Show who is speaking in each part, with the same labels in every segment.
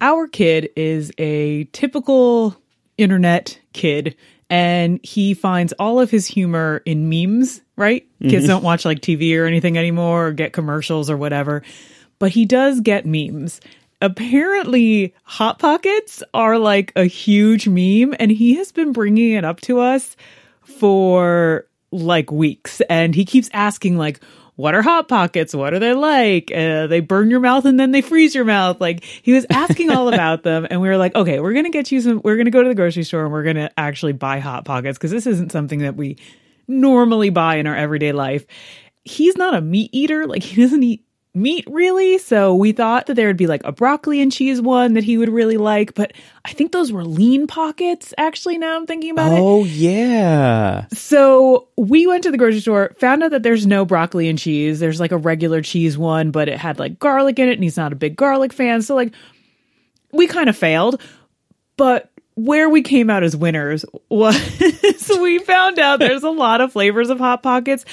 Speaker 1: our kid is a typical internet kid and he finds all of his humor in memes, right? Kids don't watch like TV or anything anymore or get commercials or whatever, but he does get memes. Apparently, Hot Pockets are like a huge meme, and he has been bringing it up to us for like weeks and he keeps asking like what are hot pockets what are they like uh, they burn your mouth and then they freeze your mouth like he was asking all about them and we were like okay we're gonna get you some we're gonna go to the grocery store and we're gonna actually buy hot pockets because this isn't something that we normally buy in our everyday life he's not a meat eater like he doesn't eat meat really so we thought that there would be like a broccoli and cheese one that he would really like but i think those were lean pockets actually now i'm thinking about it
Speaker 2: Oh yeah.
Speaker 1: so we went to the grocery store, found out that there's no broccoli and cheese. There's like a regular cheese one, but it had like garlic in it, and he's not a big garlic fan. So, like, we kind of failed. But where we came out as winners was we found out there's a lot of flavors of Hot Pockets.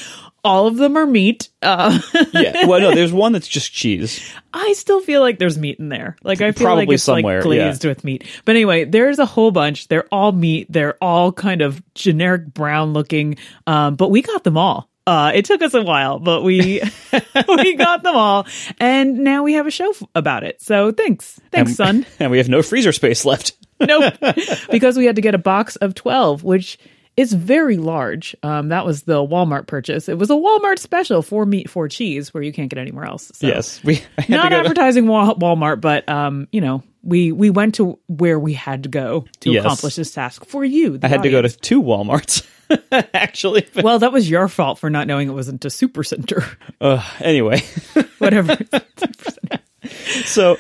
Speaker 1: All of them are meat. Uh,
Speaker 2: Yeah. Well, no, there's one that's just cheese.
Speaker 1: I still feel like there's meat in there. Like I feel like
Speaker 2: Probably
Speaker 1: it's
Speaker 2: somewhere,
Speaker 1: like glazed with meat. But anyway, there's a whole bunch. They're all meat. They're all kind of generic brown looking. Um, but we got them all. Uh, it took us a while, but we we got them all, and now we have a show f- about it. So thanks, thanks, son.
Speaker 2: And we have no freezer space left.
Speaker 1: nope. because we had to get a box of 12, which is very large. Um, that was the Walmart purchase. It was a Walmart special for meat, for cheese, where you can't get anywhere else. So.
Speaker 2: Yes. We I had
Speaker 1: Not
Speaker 2: to go to-
Speaker 1: advertising Wal- Walmart, but, um, you know, we, we went to where we had to go to
Speaker 2: Yes.
Speaker 1: accomplish this task for you.
Speaker 2: I had to go to two Walmarts. Actually. But,
Speaker 1: Well, that was your fault for not knowing it wasn't a super center.
Speaker 2: uh, anyway.
Speaker 1: Whatever.
Speaker 2: So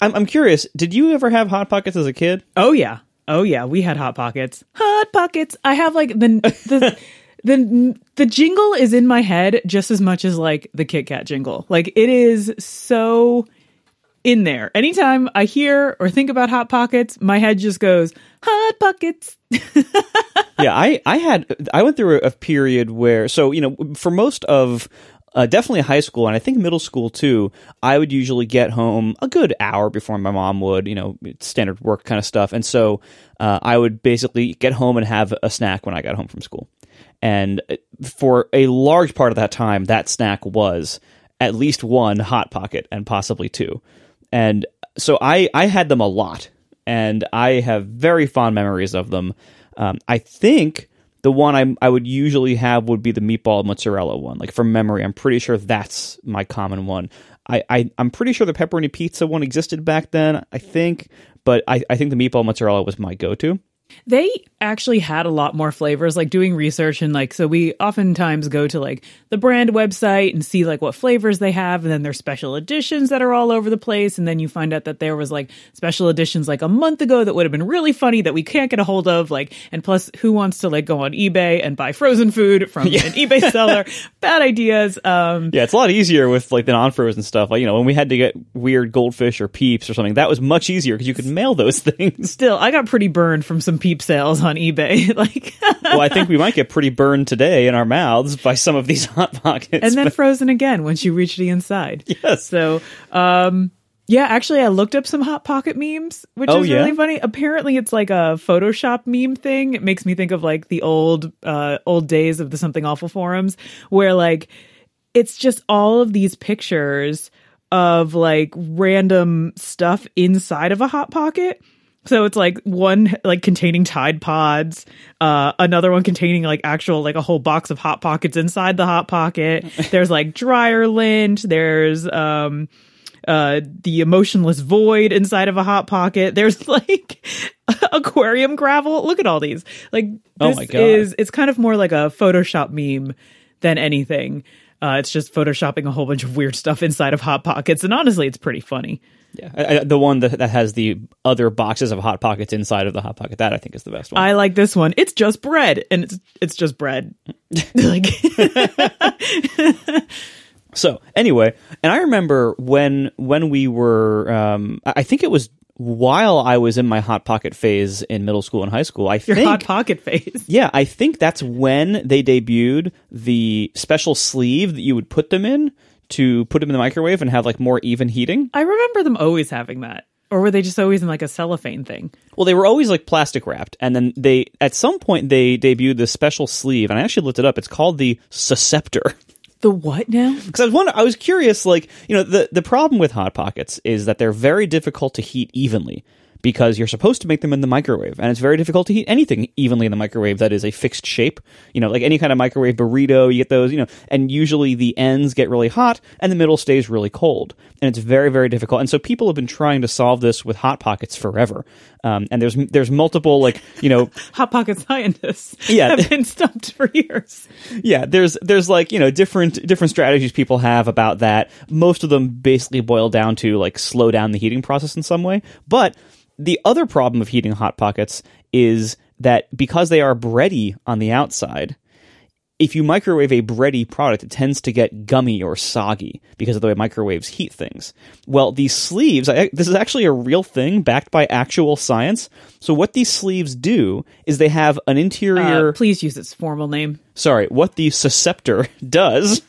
Speaker 2: I'm, I'm curious, did you ever have hot pockets as a kid?
Speaker 1: Oh yeah. Oh yeah, we had hot pockets. Hot pockets. I have like the the the the jingle is in my head just as much as like the Kit Kat jingle. Like it is so in there. Anytime I hear or think about hot pockets, my head just goes hot pockets.
Speaker 2: yeah, I, I had I went through a period where so you know for most of uh, definitely high school and I think middle school too. I would usually get home a good hour before my mom would, you know, standard work kind of stuff. And so uh, I would basically get home and have a snack when I got home from school. And uh, for a large part of that time, that snack was at least one hot pocket and possibly two. And so I I had them a lot, and I have very fond memories of them. Um, I think the one I I would usually have would be the meatball mozzarella one. Like from memory, I'm pretty sure that's my common one. I, I I'm pretty sure the pepperoni pizza one existed back then. I think, but I, I think the meatball mozzarella was my go-to.
Speaker 1: They actually had a lot more flavors, like doing research and like, so we oftentimes go to like the brand website and see like what flavors they have. And then there's special editions that are all over the place. And then you find out that there was like special editions like a month ago that would have been really funny that we can't get a hold of. Like, and plus who wants to like go on eBay and buy frozen food from an eBay seller? Bad ideas. Um,
Speaker 2: Yeah, it's a lot easier with like the non-frozen stuff. Like you know, when we had to get weird goldfish or peeps or something, that was much easier because you could mail those things.
Speaker 1: still, I got pretty burned from some peep sales on eBay. like,
Speaker 2: well, I think we might get pretty burned today in our mouths by some of these hot pockets.
Speaker 1: and then frozen again once you reach the inside.
Speaker 2: Yes.
Speaker 1: So, um, yeah, actually, I looked up some hot pocket memes, which
Speaker 2: Oh,
Speaker 1: is
Speaker 2: yeah?
Speaker 1: really funny. Apparently, it's like a Photoshop meme thing. It makes me think of like the old, uh, old days of the something awful forums, where like it's just all of these pictures of like random stuff inside of a hot pocket. So it's like one like containing Tide Pods, uh, another one containing like actual like a whole box of hot pockets inside the hot pocket. There's like dryer lint. There's um, uh, the emotionless void inside of a hot pocket. There's like aquarium gravel. Look at all these. Like
Speaker 2: Oh
Speaker 1: this
Speaker 2: my God.
Speaker 1: is it's kind of more like a Photoshop meme than anything. Uh, it's just photoshopping a whole bunch of weird stuff inside of hot pockets, and honestly, it's pretty funny.
Speaker 2: Yeah, I, I, the one that, that has the other boxes of hot pockets inside of the hot pocket. That I think is the best one.
Speaker 1: I like this one. It's just bread, and it's it's just bread. like
Speaker 2: so anyway, and I remember when when we were, um, I I think it was while I was in my hot pocket phase in middle school and high school. I
Speaker 1: your
Speaker 2: think
Speaker 1: hot pocket face.
Speaker 2: Yeah, I think that's when they debuted the special sleeve that you would put them in to put them in the microwave and have like more even heating.
Speaker 1: I remember them always having that. or were they just always in like a cellophane thing?
Speaker 2: Well, they were always like plastic wrapped, and then they at some point they debuted this special sleeve, and I actually looked it up. It's called the Susceptor.
Speaker 1: The what now?
Speaker 2: Because I was wondering, I was curious, like you know, the the problem with hot pockets is that they're very difficult to heat evenly because you're supposed to make them in the microwave, and it's very difficult to heat anything evenly in the microwave that is a fixed shape. You know, like any kind of microwave burrito, you get those, you know, and usually the ends get really hot and the middle stays really cold, and it's very very difficult. And so people have been trying to solve this with hot pockets forever, um, and there's there's multiple like you know
Speaker 1: Hot pocket scientists
Speaker 2: Yeah.
Speaker 1: have been stumped for years.
Speaker 2: yeah there's there's like you know different different strategies people have about that most of them basically boil down to like slow down the heating process in some way but the other problem of heating hot pockets is that because they are bready on the outside if you microwave a bready product, it tends to get gummy or soggy because of the way microwaves heat things. Well, these sleeves, I, this is actually a real thing backed by actual science. So, what these sleeves do is they have an interior.
Speaker 1: Uh, please use its formal name.
Speaker 2: sorry, what the susceptor does.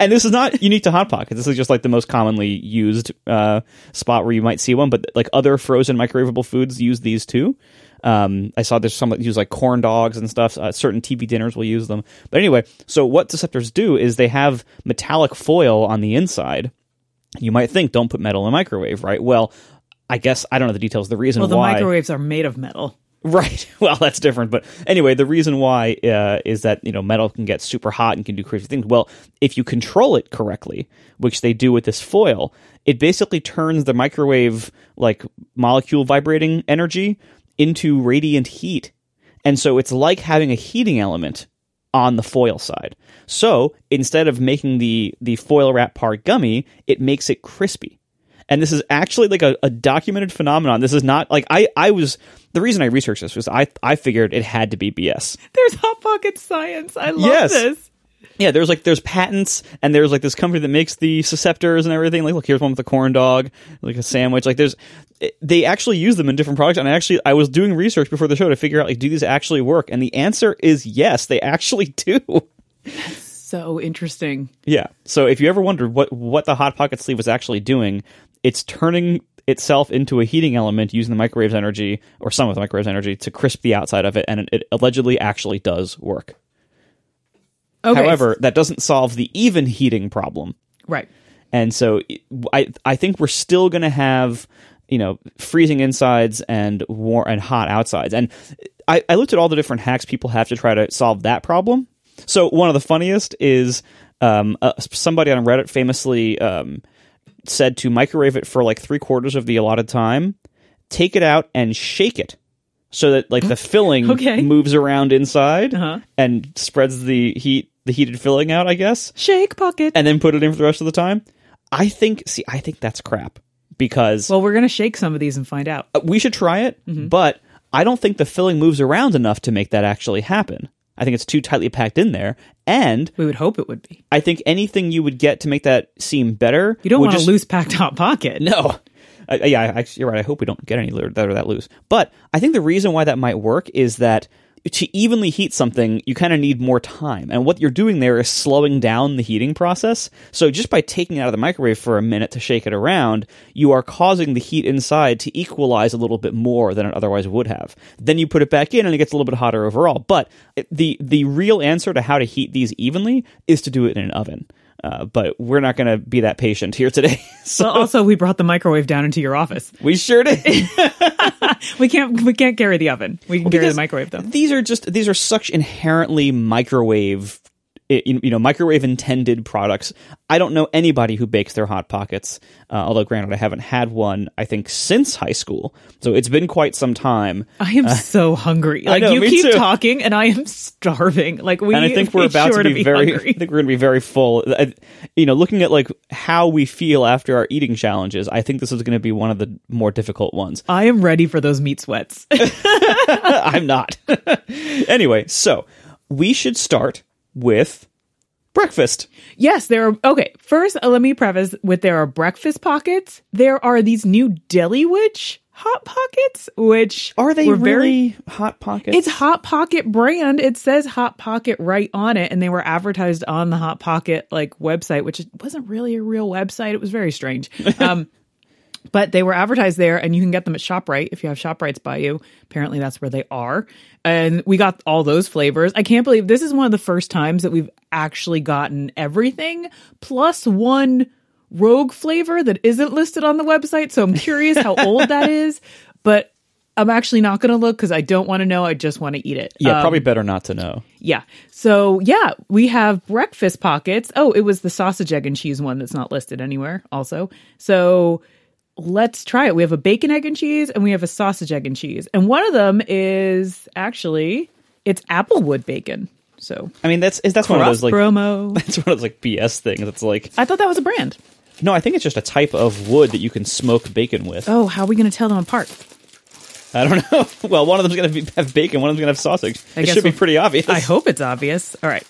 Speaker 2: and this is not unique to Hot Pockets. This is just like the most commonly used uh, spot where you might see one, but like other frozen microwavable foods use these too. Um, I saw there's some that use like corn dogs and stuff. Uh, certain TV dinners will use them. But anyway, so what deceptors do is they have metallic foil on the inside. You might think don't put metal in a microwave, right? Well, I guess I don't know the details. The reason
Speaker 1: Well, the
Speaker 2: why
Speaker 1: microwaves are made of metal.
Speaker 2: Right. Well, that's different. But anyway, the reason why uh, is that you know metal can get super hot and can do crazy things. Well, if you control it correctly, which they do with this foil, it basically turns the microwave like molecule vibrating energy into radiant heat, and so it's like having a heating element on the foil side. So instead of making the the foil wrap part gummy, it makes it crispy and this is actually like a, a documented phenomenon. This is not like I I was the reason I researched this was I I figured it had to be BS.
Speaker 1: There's hot pocket science. I love
Speaker 2: Yes.
Speaker 1: this.
Speaker 2: Yeah, there's like there's patents and there's like this company that makes the susceptors and everything. Like, look, here's one with a corn dog, like a sandwich. Like, there's it- they actually use them in different products. And I actually I was doing research before the show to figure out like do these actually work? And the answer is yes, they actually do.
Speaker 1: So interesting.
Speaker 2: Yeah. So if you ever wondered what what the hot pocket sleeve was actually doing, it's turning itself into a heating element using the microwave's energy or some of the microwave's energy to crisp the outside of it, and it, it allegedly actually does work.
Speaker 1: Okay.
Speaker 2: However, that doesn't solve the even heating problem,
Speaker 1: right.
Speaker 2: and so it- I I think we're still going to have you know freezing insides and warm and hot outsides. And I, I looked at all the different hacks people have to try to solve that problem. So one of the funniest is um, uh, somebody on Reddit famously um, said to microwave it for like three quarters of the allotted time, take it out and shake it so that like the filling
Speaker 1: Okay.
Speaker 2: moves around inside
Speaker 1: Uh-huh.
Speaker 2: and spreads the heat the heated filling out. I guess
Speaker 1: Shake pocket.
Speaker 2: and then put it in for the rest of the time. I think, see, I think that's crap because
Speaker 1: well, we're gonna shake some of these and find out.
Speaker 2: uh, we should try it,
Speaker 1: Mm-hmm.
Speaker 2: but I don't think the filling moves around enough to make that actually happen. I think it's too tightly packed in there. And
Speaker 1: We would hope it would be.
Speaker 2: I think anything you would get to make that seem better,
Speaker 1: You don't
Speaker 2: would
Speaker 1: want
Speaker 2: just-
Speaker 1: a loose packed hot pocket.
Speaker 2: No. Uh, yeah, I- I- you're right. I hope we don't get any lo- that are that loose. But I think the reason why that might work is that to evenly heat something, you kind of need more time. And what you're doing there is slowing down the heating process. So just by taking it out of the microwave for a minute to shake it around, you are causing the heat inside to equalize a little bit more than it otherwise would have. Then you put it back in and it gets a little bit hotter overall. But it- the the real answer to how to heat these evenly is to do it in an oven. Uh, but we're not going to be that patient here today. so
Speaker 1: Well, also, we brought the microwave down into your office.
Speaker 2: we sure did.
Speaker 1: We can't. We can't carry the oven. We can carry the
Speaker 2: Because
Speaker 1: microwave though.
Speaker 2: These are just these are such inherently microwave i- you know microwave intended products. I don't know anybody who bakes their hot pockets. Uh, although granted I haven't had one I think since high school. So it's been quite some time.
Speaker 1: I am so hungry. Like
Speaker 2: Uh, know,
Speaker 1: you
Speaker 2: me
Speaker 1: keep
Speaker 2: too.
Speaker 1: talking, and I am starving. Like we.
Speaker 2: and I think we're
Speaker 1: be
Speaker 2: about
Speaker 1: sure
Speaker 2: to be, very. I
Speaker 1: hungry.
Speaker 2: think we're going to be very full. I, you know, looking at like how we feel after our eating challenges, I think this is going to be one of the more difficult ones.
Speaker 1: I am ready for those meat sweats.
Speaker 2: I'm not. anyway, so we should start with breakfast.
Speaker 1: Yes, there are. Okay, first, uh, let me preface with there are breakfast pockets. There are these new Deli Witch hot pockets, which
Speaker 2: Are they
Speaker 1: were
Speaker 2: really hot pockets?
Speaker 1: It's Hot Pocket brand. It says Hot Pocket right on it, and they were advertised on the Hot Pocket like website, which wasn't really a real website. It was very strange. Um, but they were advertised there and you can get them at ShopRite if you have ShopRites by you. Apparently that's where they are. And we got all those flavors. I can't believe this is one of the first times that we've actually gotten everything plus one rogue flavor that isn't listed on the website. So I'm curious how old that is, but I'm actually not going to look cuz I don't want to know. I just want to eat it.
Speaker 2: Yeah,
Speaker 1: Um,
Speaker 2: probably better not to know.
Speaker 1: yeah. So yeah, we have breakfast pockets. Oh, it was the sausage, egg, and cheese one that's not listed anywhere. Also, so let's try it. We have a bacon, egg, and cheese, and we have a sausage, egg, and cheese. And one of them is actually it's applewood bacon. So
Speaker 2: I mean, that's that's one of
Speaker 1: cross
Speaker 2: those like
Speaker 1: promo.
Speaker 2: that's one of those like BS things. It's like
Speaker 1: I thought that was a brand.
Speaker 2: no, I think it's just a type of wood that you can smoke bacon with.
Speaker 1: Oh, how are we going to tell them apart?
Speaker 2: I don't know. well, one of them's gonna be, have bacon, one of them's gonna have sausage.
Speaker 1: I
Speaker 2: it
Speaker 1: guess
Speaker 2: should be
Speaker 1: we'll-
Speaker 2: pretty obvious.
Speaker 1: I hope it's obvious. All right,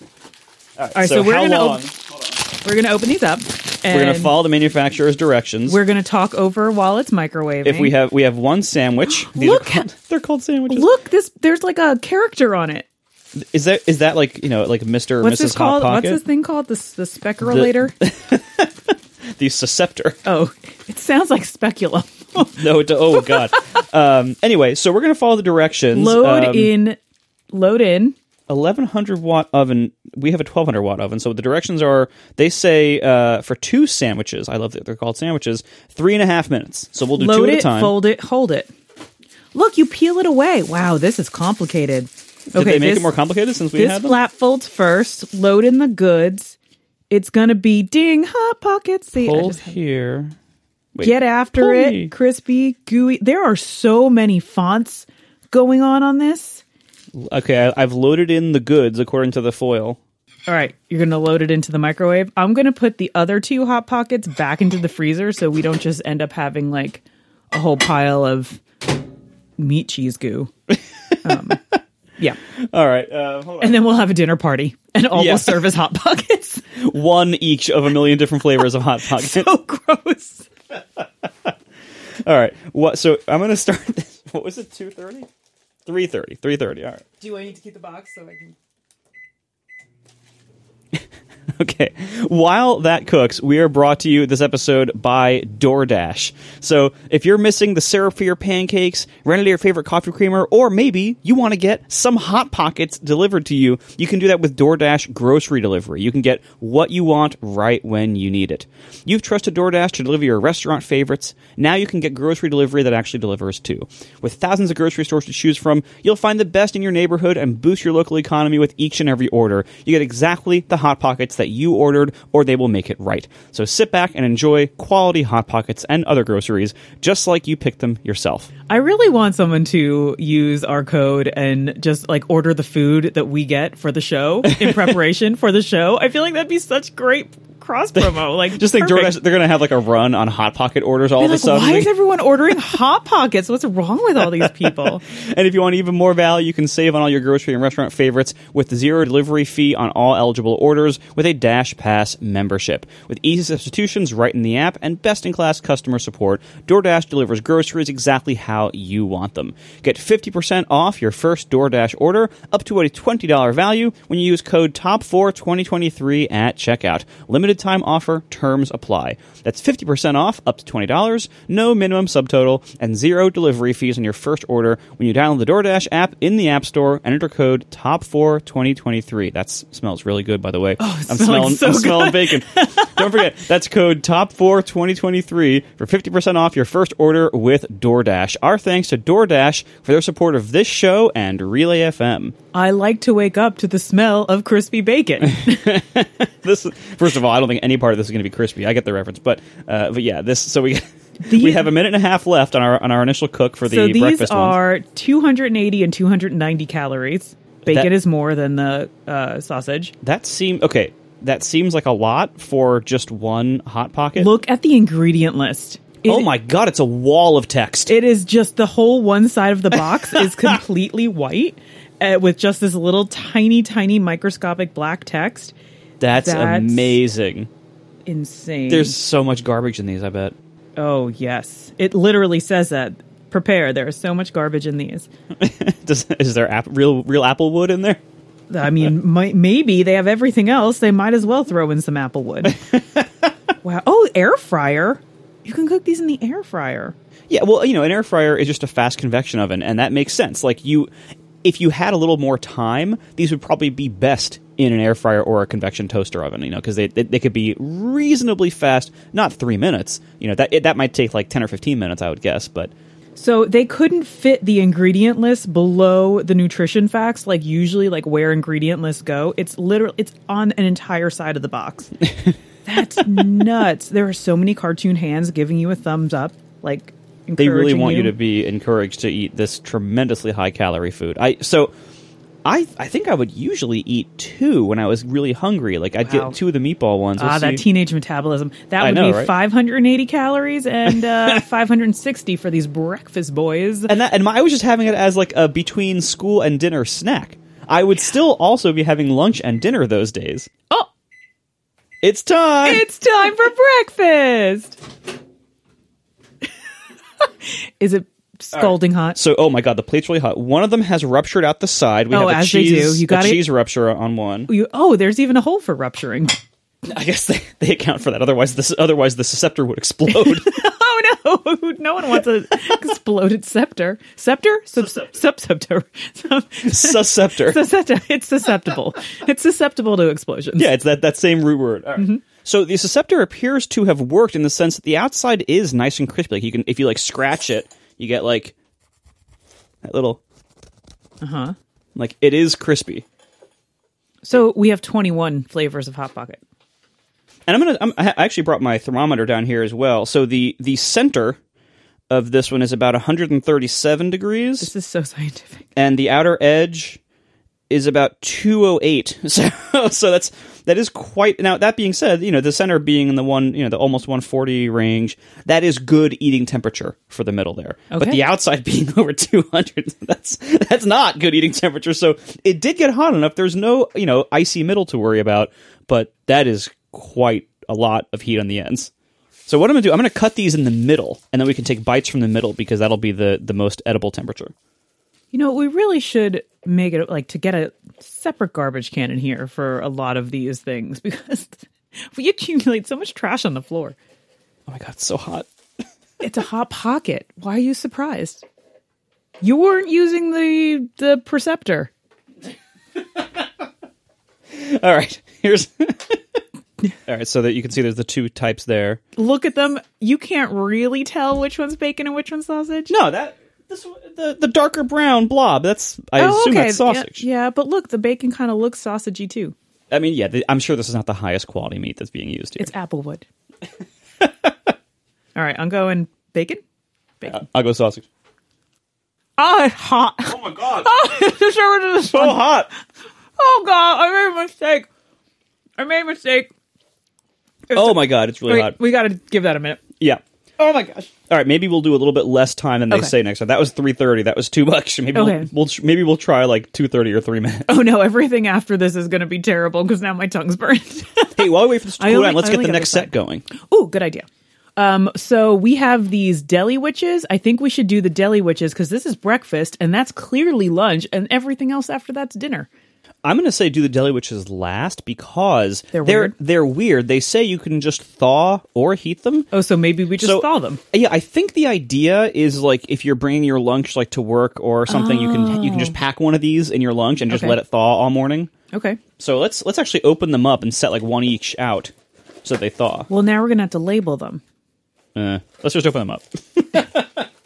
Speaker 2: All right,
Speaker 1: right, so we're
Speaker 2: how
Speaker 1: gonna
Speaker 2: long?
Speaker 1: op- we're going to open these up. And
Speaker 2: we're gonna follow the manufacturer's directions.
Speaker 1: We're going to talk over while it's microwaving.
Speaker 2: if we have we have one sandwich, these
Speaker 1: Look
Speaker 2: are called, they're called sandwiches.
Speaker 1: look this, there's like a character on it.
Speaker 2: Is that is that like you know like Mister or
Speaker 1: What's
Speaker 2: Mrs
Speaker 1: this
Speaker 2: Hot
Speaker 1: called? What's
Speaker 2: Pocket?
Speaker 1: this thing called? The s- the speculator.
Speaker 2: The susceptor.
Speaker 1: oh, it sounds like speculum.
Speaker 2: No, it- oh god. um, anyway, so we're gonna follow the directions.
Speaker 1: load
Speaker 2: Um,
Speaker 1: in, load in.
Speaker 2: 1100 watt oven we have a 1200 watt oven so the directions are they say uh, for two sandwiches i love that they're called sandwiches three and a half minutes so we'll do two
Speaker 1: Load
Speaker 2: at a
Speaker 1: it,
Speaker 2: time
Speaker 1: fold it, hold it. Look, you peel it away. Wow, this is complicated.
Speaker 2: did they make
Speaker 1: this,
Speaker 2: it more complicated since we
Speaker 1: this
Speaker 2: had them
Speaker 1: flap folds first. Load in the goods. It's gonna be ding hot pockets. See, I
Speaker 2: hold
Speaker 1: just-
Speaker 2: here Wait,
Speaker 1: get after
Speaker 2: pull
Speaker 1: it,
Speaker 2: me.
Speaker 1: crispy, gooey. There are so many fonts going on on this.
Speaker 2: okay I, i've loaded in the goods according to the foil
Speaker 1: All right, you're going to load it into the microwave. I'm going to put the other two hot pockets back into the freezer so we don't just end up having like a whole pile of meat cheese goo. Um, yeah.
Speaker 2: all right uh, hold on.
Speaker 1: And then we'll have a dinner party and all
Speaker 2: Yeah.
Speaker 1: will serve as hot pockets.
Speaker 2: one each of a million different flavors of hot pocket
Speaker 1: so gross.
Speaker 2: all right what so i'm gonna start this what was it 2.30 3.30 3.30 all right
Speaker 1: Do I need to keep the box so I can
Speaker 2: Okay. While that cooks, we are brought to you this episode by DoorDash. So if you're missing the syrup for your pancakes, run into your favorite coffee creamer, or maybe you want to get some Hot Pockets delivered to you, you can do that with DoorDash grocery delivery. You can get what you want right when you need it. You've trusted DoorDash to deliver your restaurant favorites. Now you can get grocery delivery that actually delivers too. With thousands of grocery stores to choose from, you'll find the best in your neighborhood and boost your local economy with each and every order. You get exactly the Hot Pockets that you ordered, or they will make it right. So sit back and enjoy quality Hot Pockets and other groceries just like you picked them yourself.
Speaker 1: I really want someone to use our code and just like order the food that we get for the show in preparation for the show. I feel like that'd be such great cross promo. Like
Speaker 2: Just think
Speaker 1: perfect.
Speaker 2: DoorDash, they're going to have like a run on Hot Pocket orders all
Speaker 1: Be
Speaker 2: of a
Speaker 1: like,
Speaker 2: sudden.
Speaker 1: why is everyone ordering hot pockets? What's wrong with all these people?
Speaker 2: And if you want even more value, you can save on all your grocery and restaurant favorites with zero delivery fee on all eligible orders with a Dash Pass membership. With easy substitutions right in the app and best in class customer support, DoorDash delivers groceries exactly how you want them. Get 50% off your first DoorDash order up to a $20 value when you use code TOP42023 at checkout. Limited time offer, terms apply. That's 50% off up to $20, no minimum subtotal, and zero delivery fees on your first order when you download the DoorDash app in the App Store and enter code TOP42023. That smells really good, by the way. Oh, I'm
Speaker 1: smells
Speaker 2: smelling,
Speaker 1: so
Speaker 2: I'm
Speaker 1: good.
Speaker 2: smelling bacon. Don't forget, that's code TOP42023 for 50% off your first order with DoorDash. Our thanks to DoorDash for their support of this show and Relay FM.
Speaker 1: I like to wake up to the smell of crispy bacon.
Speaker 2: this first of all, I don't think any part of this is going to be crispy. I get the reference, but uh, but yeah, this so we
Speaker 1: These-
Speaker 2: we have a minute and a half left on our on our initial cook for the
Speaker 1: so these
Speaker 2: breakfast ones.
Speaker 1: are 280 and 290 calories. Bacon
Speaker 2: That-
Speaker 1: is more than the uh, sausage.
Speaker 2: That seem okay. That seems like a lot for just one hot pocket.
Speaker 1: Look at the ingredient list. It-
Speaker 2: oh my god, it's a wall of text.
Speaker 1: It is just the whole one side of the box is completely white uh, with just this little tiny, tiny microscopic black text.
Speaker 2: that's,
Speaker 1: that's-
Speaker 2: amazing.
Speaker 1: Insane.
Speaker 2: There's so much garbage in these. I bet.
Speaker 1: oh yes, it literally says that. Prepare. There is so much garbage in these.
Speaker 2: Does, is there app, real real apple wood in there?
Speaker 1: I mean, might, maybe they have everything else. They might as well throw in some apple wood. wow. Oh, air fryer. you can cook these in the air fryer.
Speaker 2: Yeah, well, you know, an air fryer is just a fast convection oven, and that makes sense. Like you, if you had a little more time, these would probably be best in an air fryer or a convection toaster oven. You know, because they, they they could be reasonably fast. Not three minutes. You know that it, that might take like ten or fifteen minutes, I would guess. But
Speaker 1: So they couldn't fit the ingredient list below the nutrition facts, like usually like where ingredient lists go. It's literally it's on an entire side of the box. That's nuts. There are so many cartoon hands giving you a thumbs up, like
Speaker 2: they really
Speaker 1: encouraging
Speaker 2: want you. to be encouraged to eat this tremendously high calorie food. I so I I think I would usually eat two when I was really hungry. Like I'd
Speaker 1: Wow.
Speaker 2: get two of the meatball ones.
Speaker 1: Ah,
Speaker 2: Let's
Speaker 1: that
Speaker 2: see.
Speaker 1: teenage metabolism. That
Speaker 2: I
Speaker 1: would
Speaker 2: know,
Speaker 1: be
Speaker 2: right?
Speaker 1: 580 calories and uh, 560 for these breakfast boys.
Speaker 2: and that and my, I was just having it as like a between school and dinner snack. I would still also be having lunch and dinner those days.
Speaker 1: Oh,
Speaker 2: It's time.
Speaker 1: it's time for breakfast. Is it scalding hot?
Speaker 2: so, oh my god, the plate's really hot. One of them has ruptured out the side. We
Speaker 1: Oh,
Speaker 2: have a
Speaker 1: as they do.
Speaker 2: cheese,
Speaker 1: You
Speaker 2: a
Speaker 1: gotta-
Speaker 2: cheese rupture on one.
Speaker 1: You, oh, there's even a hole for rupturing.
Speaker 2: I guess they, they account for that. Otherwise, this otherwise the scepter would explode.
Speaker 1: Oh no! No one wants a exploded scepter. Scepter? Sub- Sub-scepter.
Speaker 2: Susceptor.
Speaker 1: Susceptible. It's susceptible. It's susceptible to explosions.
Speaker 2: Yeah, it's that, that same root word. All right. So the susceptor appears to have worked in the sense that the outside is nice and crispy. Like you can, if you like scratch it, you get like that little. Uh huh. Like it is crispy,
Speaker 1: So we have 21 flavors of Hot Pocket.
Speaker 2: and I'm gonna. I'm, I actually brought my thermometer down here as well. So the the center of this one is about 137 degrees,
Speaker 1: This is so scientific.
Speaker 2: and the outer edge is about 208. So so that's that is quite now that being said, you know, the center being in the one, you know, the almost 140 range, that is good eating temperature for the middle there. But
Speaker 1: Okay.
Speaker 2: the outside being over 200, that's that's not good eating temperature. So it did get hot enough. There's no, you know, icy middle to worry about, but that is quite a lot of heat on the ends. So what I'm going to do, I'm going to cut these in the middle and then we can take bites from the middle because that'll be the the most edible temperature.
Speaker 1: You know, we really should make it like to get a separate garbage can in here for a lot of these things because we accumulate so much trash on the floor.
Speaker 2: Oh my god, it's so hot.
Speaker 1: It's a hot pocket. Why are you surprised? You weren't using the the perceptor.
Speaker 2: All right, here's. All right, so that you can see there's the two types there.
Speaker 1: Look at them. You can't really tell which one's bacon and which one's sausage.
Speaker 2: No, that this the the darker brown blob. That's I assume that's sausage.
Speaker 1: Yeah, yeah, but look, the bacon kind of looks sausagey too.
Speaker 2: I mean, yeah, the, I'm sure this is not the highest quality meat that's being used here.
Speaker 1: It's applewood. All right, I'm going bacon.
Speaker 2: I'll go Uh, sausage.
Speaker 1: Oh, it's hot.
Speaker 2: Oh my god,
Speaker 1: Just over to this
Speaker 2: so
Speaker 1: one.
Speaker 2: hot!
Speaker 1: Oh god, I made a mistake. I made a mistake.
Speaker 2: Oh my god, it's really
Speaker 1: Wait,
Speaker 2: hot.
Speaker 1: we gotta give that a minute.
Speaker 2: Yeah.
Speaker 1: Oh my gosh.
Speaker 2: All right, maybe we'll do a little bit less time than they
Speaker 1: Okay.
Speaker 2: say next time. That was three thirty. That was too much. Maybe
Speaker 1: Okay.
Speaker 2: we'll, we'll tr- maybe we'll try like two thirty or three minutes.
Speaker 1: Oh no, everything after this is gonna be terrible because now my tongue's burned.
Speaker 2: hey, while we wait for this to
Speaker 1: I
Speaker 2: cool
Speaker 1: only-
Speaker 2: down, let's
Speaker 1: I
Speaker 2: get
Speaker 1: only
Speaker 2: the
Speaker 1: got
Speaker 2: next
Speaker 1: this
Speaker 2: set going.
Speaker 1: Ooh, good idea. Um, so we have these deli witches. I think we should do the deli witches because this is breakfast and that's clearly lunch, and everything else after that's dinner.
Speaker 2: I'm going to say do the deli witches last because
Speaker 1: They're
Speaker 2: they're they're
Speaker 1: weird.
Speaker 2: weird. They say you can just thaw or heat them.
Speaker 1: Oh, so maybe we just
Speaker 2: So-
Speaker 1: thaw them.
Speaker 2: Yeah, I think the idea is like if you're bringing your lunch like to work or something, you can you can just pack one of these in your lunch and just
Speaker 1: Oh. Okay.
Speaker 2: let it thaw all morning.
Speaker 1: Okay.
Speaker 2: So let's let's actually open them up and set like one each out so that they thaw.
Speaker 1: Well, now we're gonna have to label them.
Speaker 2: Uh, let's just open them up.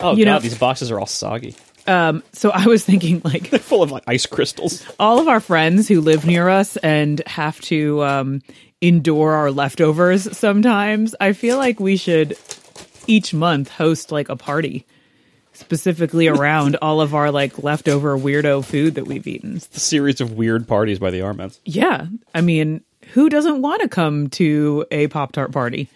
Speaker 2: oh
Speaker 1: You
Speaker 2: god,
Speaker 1: know-
Speaker 2: these boxes are all soggy,
Speaker 1: So I was thinking like
Speaker 2: full of like ice crystals.
Speaker 1: all of our friends who live near us and have to um, endure our leftovers sometimes, I feel like we should each month host like a party specifically around all of our like leftover weirdo food that we've eaten.
Speaker 2: A series of weird parties by the Armets.
Speaker 1: Yeah. I mean, who doesn't want to come to a Pop Tart party?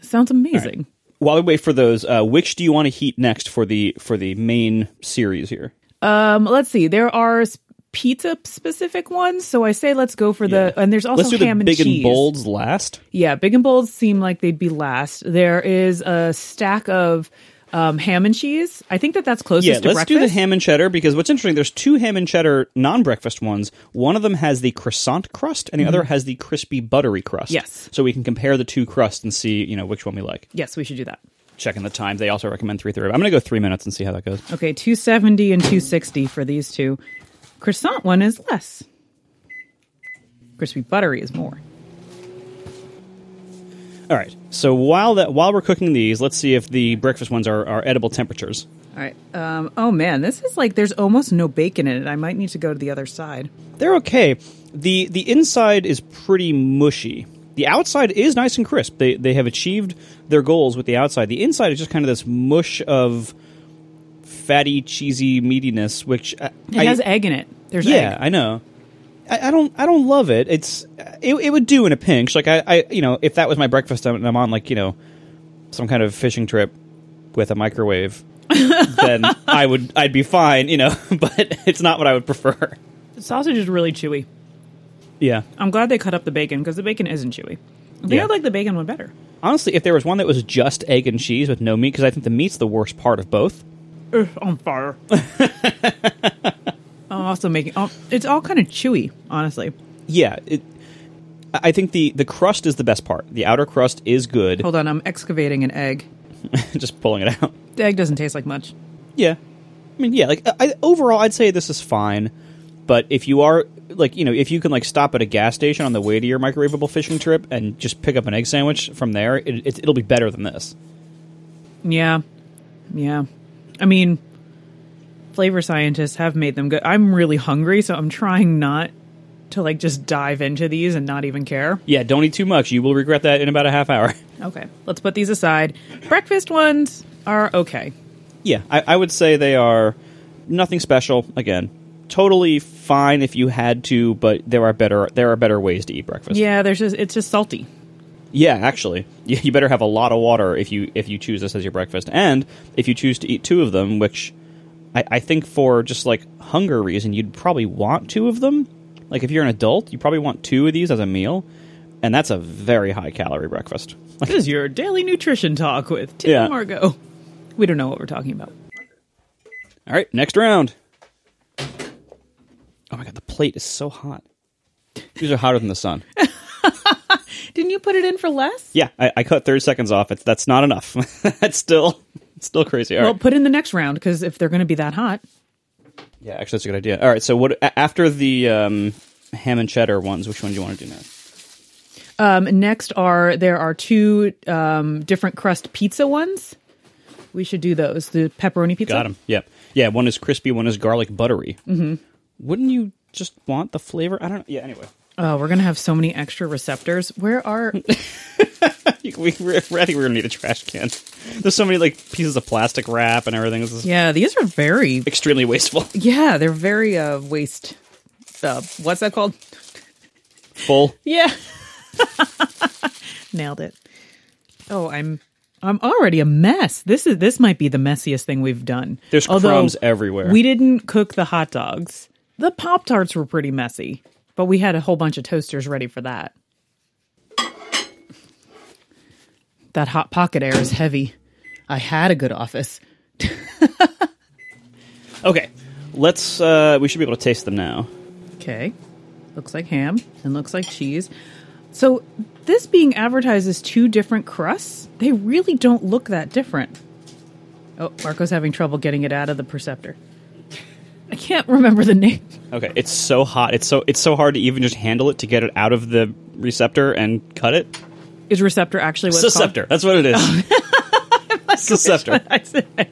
Speaker 1: Sounds amazing.
Speaker 2: While we wait for those, uh, which do you want to heat next for the for the main series here?
Speaker 1: Um, let's see. There are s- pizza specific ones. So I say let's go for the,
Speaker 2: Yeah.
Speaker 1: and there's also
Speaker 2: Let's do
Speaker 1: ham
Speaker 2: the
Speaker 1: and
Speaker 2: big
Speaker 1: cheese.
Speaker 2: and bolds last.
Speaker 1: Yeah, big and bolds seem like they'd be last. There is a stack of um, ham and cheese. I think that that's closest
Speaker 2: Yeah,
Speaker 1: to
Speaker 2: let's
Speaker 1: breakfast.
Speaker 2: do the ham and cheddar because what's interesting, there's two ham and cheddar non breakfast ones. One of them has the croissant crust and the other has the crispy buttery crust.
Speaker 1: Mm-hmm. Yes.
Speaker 2: So we can compare the two crusts and see, you know, which one we like.
Speaker 1: yes, we should do that.
Speaker 2: Checking the time. They also recommend 330. I'm going to go three minutes and see how that goes.
Speaker 1: Okay, 270 and 260 for these two. Croissant one is less. Crispy buttery is more.
Speaker 2: All right. So while that while we're cooking these, let's see if the breakfast ones are, are edible temperatures.
Speaker 1: All right. Um, oh man, this is like there's almost no bacon in it. I might need to go to the other side.
Speaker 2: They're okay. The the inside is pretty mushy. The outside is nice and crisp. They they have achieved their goals with the outside. The inside is just kind of this mush of fatty, cheesy meatiness, which I,
Speaker 1: It
Speaker 2: I-
Speaker 1: has egg in it. There's
Speaker 2: yeah,
Speaker 1: egg.
Speaker 2: I know. I, I don't I don't love it. It's it, it would do in a pinch. Like I, I you know if that was my breakfast and I'm on like you know some kind of fishing trip with a microwave, then I would I'd be fine. You know, but it's not what I would prefer.
Speaker 1: The sausage is really chewy.
Speaker 2: Yeah.
Speaker 1: I'm glad they cut up the bacon because the bacon isn't chewy. I think
Speaker 2: Yeah.
Speaker 1: I like the bacon one better.
Speaker 2: Honestly, if there was one that was just egg and cheese with no meat, because I think the meat's the worst part of both.
Speaker 1: Ugh, on fire. I'm also making. Oh, it's all kind of chewy, honestly.
Speaker 2: Yeah, it, I I think the the crust is the best part. The outer crust is good.
Speaker 1: Hold on, I'm excavating an egg.
Speaker 2: just pulling it out.
Speaker 1: The egg doesn't taste like much.
Speaker 2: Yeah, I mean, yeah. Like I- I, overall, I'd say this is fine. But if you are like you know, if you can like stop at a gas station on the way to your microwavable fishing trip and just pick up an egg sandwich from there, it, it, it'll be better than this.
Speaker 1: Yeah, yeah. I mean, flavor scientists have made them good. I'm really hungry, so I'm trying not to like just dive into these and not even care.
Speaker 2: Yeah, don't eat too much. You will regret that in about a half hour.
Speaker 1: Okay, let's put these aside. Breakfast ones are okay.
Speaker 2: Yeah, I, I would say they are nothing special. Again, totally fine if you had to, but there are better there are better ways to eat breakfast.
Speaker 1: Yeah, there's just it's just salty.
Speaker 2: Yeah, actually, you, you better have a lot of water if you if you choose this as your breakfast, and if you choose to eat two of them, which I, I think for just like hunger reason, you'd probably want two of them. Like if you're an adult, you probably want two of these as a meal, and that's a very high calorie breakfast.
Speaker 1: This is your daily nutrition talk with Tim
Speaker 2: Yeah.
Speaker 1: Margo. We don't know what we're talking about.
Speaker 2: All right, next round. Oh my god, the plate is so hot. These are hotter than the sun.
Speaker 1: Didn't you put it in for less?
Speaker 2: Yeah, I, I cut thirty seconds off. It's, that's not enough. that's still it's still crazy. All right.
Speaker 1: Well, put in the next round because if they're going to be that hot,
Speaker 2: yeah, actually, that's a good idea. All right. So what a- after the um, ham and cheddar ones? Which one do you want to do now?
Speaker 1: um, next are there are two um, different crust pizza ones. We should do those. The pepperoni pizza.
Speaker 2: Got 'em. Yep. Yeah. One is crispy. One is garlic buttery. Mm-hmm. Wouldn't you just want the flavor? I don't. Yeah. Anyway,
Speaker 1: Oh, we're gonna have so many extra receptors. Where are?
Speaker 2: we, we're, I think we're gonna need a trash can. There's so many like pieces of plastic wrap and everything. This is
Speaker 1: yeah, these are very.
Speaker 2: extremely wasteful.
Speaker 1: Yeah, they're very uh, waste. Uh, what's that called?
Speaker 2: Full.
Speaker 1: Yeah. Nailed it. Oh, I'm I'm already a mess. This is this might be the messiest thing we've done.
Speaker 2: There's crumbs everywhere.
Speaker 1: We didn't cook the hot dogs. The pop tarts were pretty messy, but we had a whole bunch of toasters ready for that. That hot pocket air is heavy. I had a good office.
Speaker 2: Okay. Let's. Uh, we should be able to taste them now.
Speaker 1: Okay. Looks like ham and looks like cheese. So, this being advertised as two different crusts, they really don't look that different. Oh, Marco's having trouble getting it out of the perceptor. I can't remember the name.
Speaker 2: Okay, it's so hot. It's so it's so hard to even just handle it to get it out of the receptor and cut it.
Speaker 1: Is receptor actually what it's called?
Speaker 2: Susceptor. That's what it is.
Speaker 1: Oh.
Speaker 2: Susceptor.
Speaker 1: I said-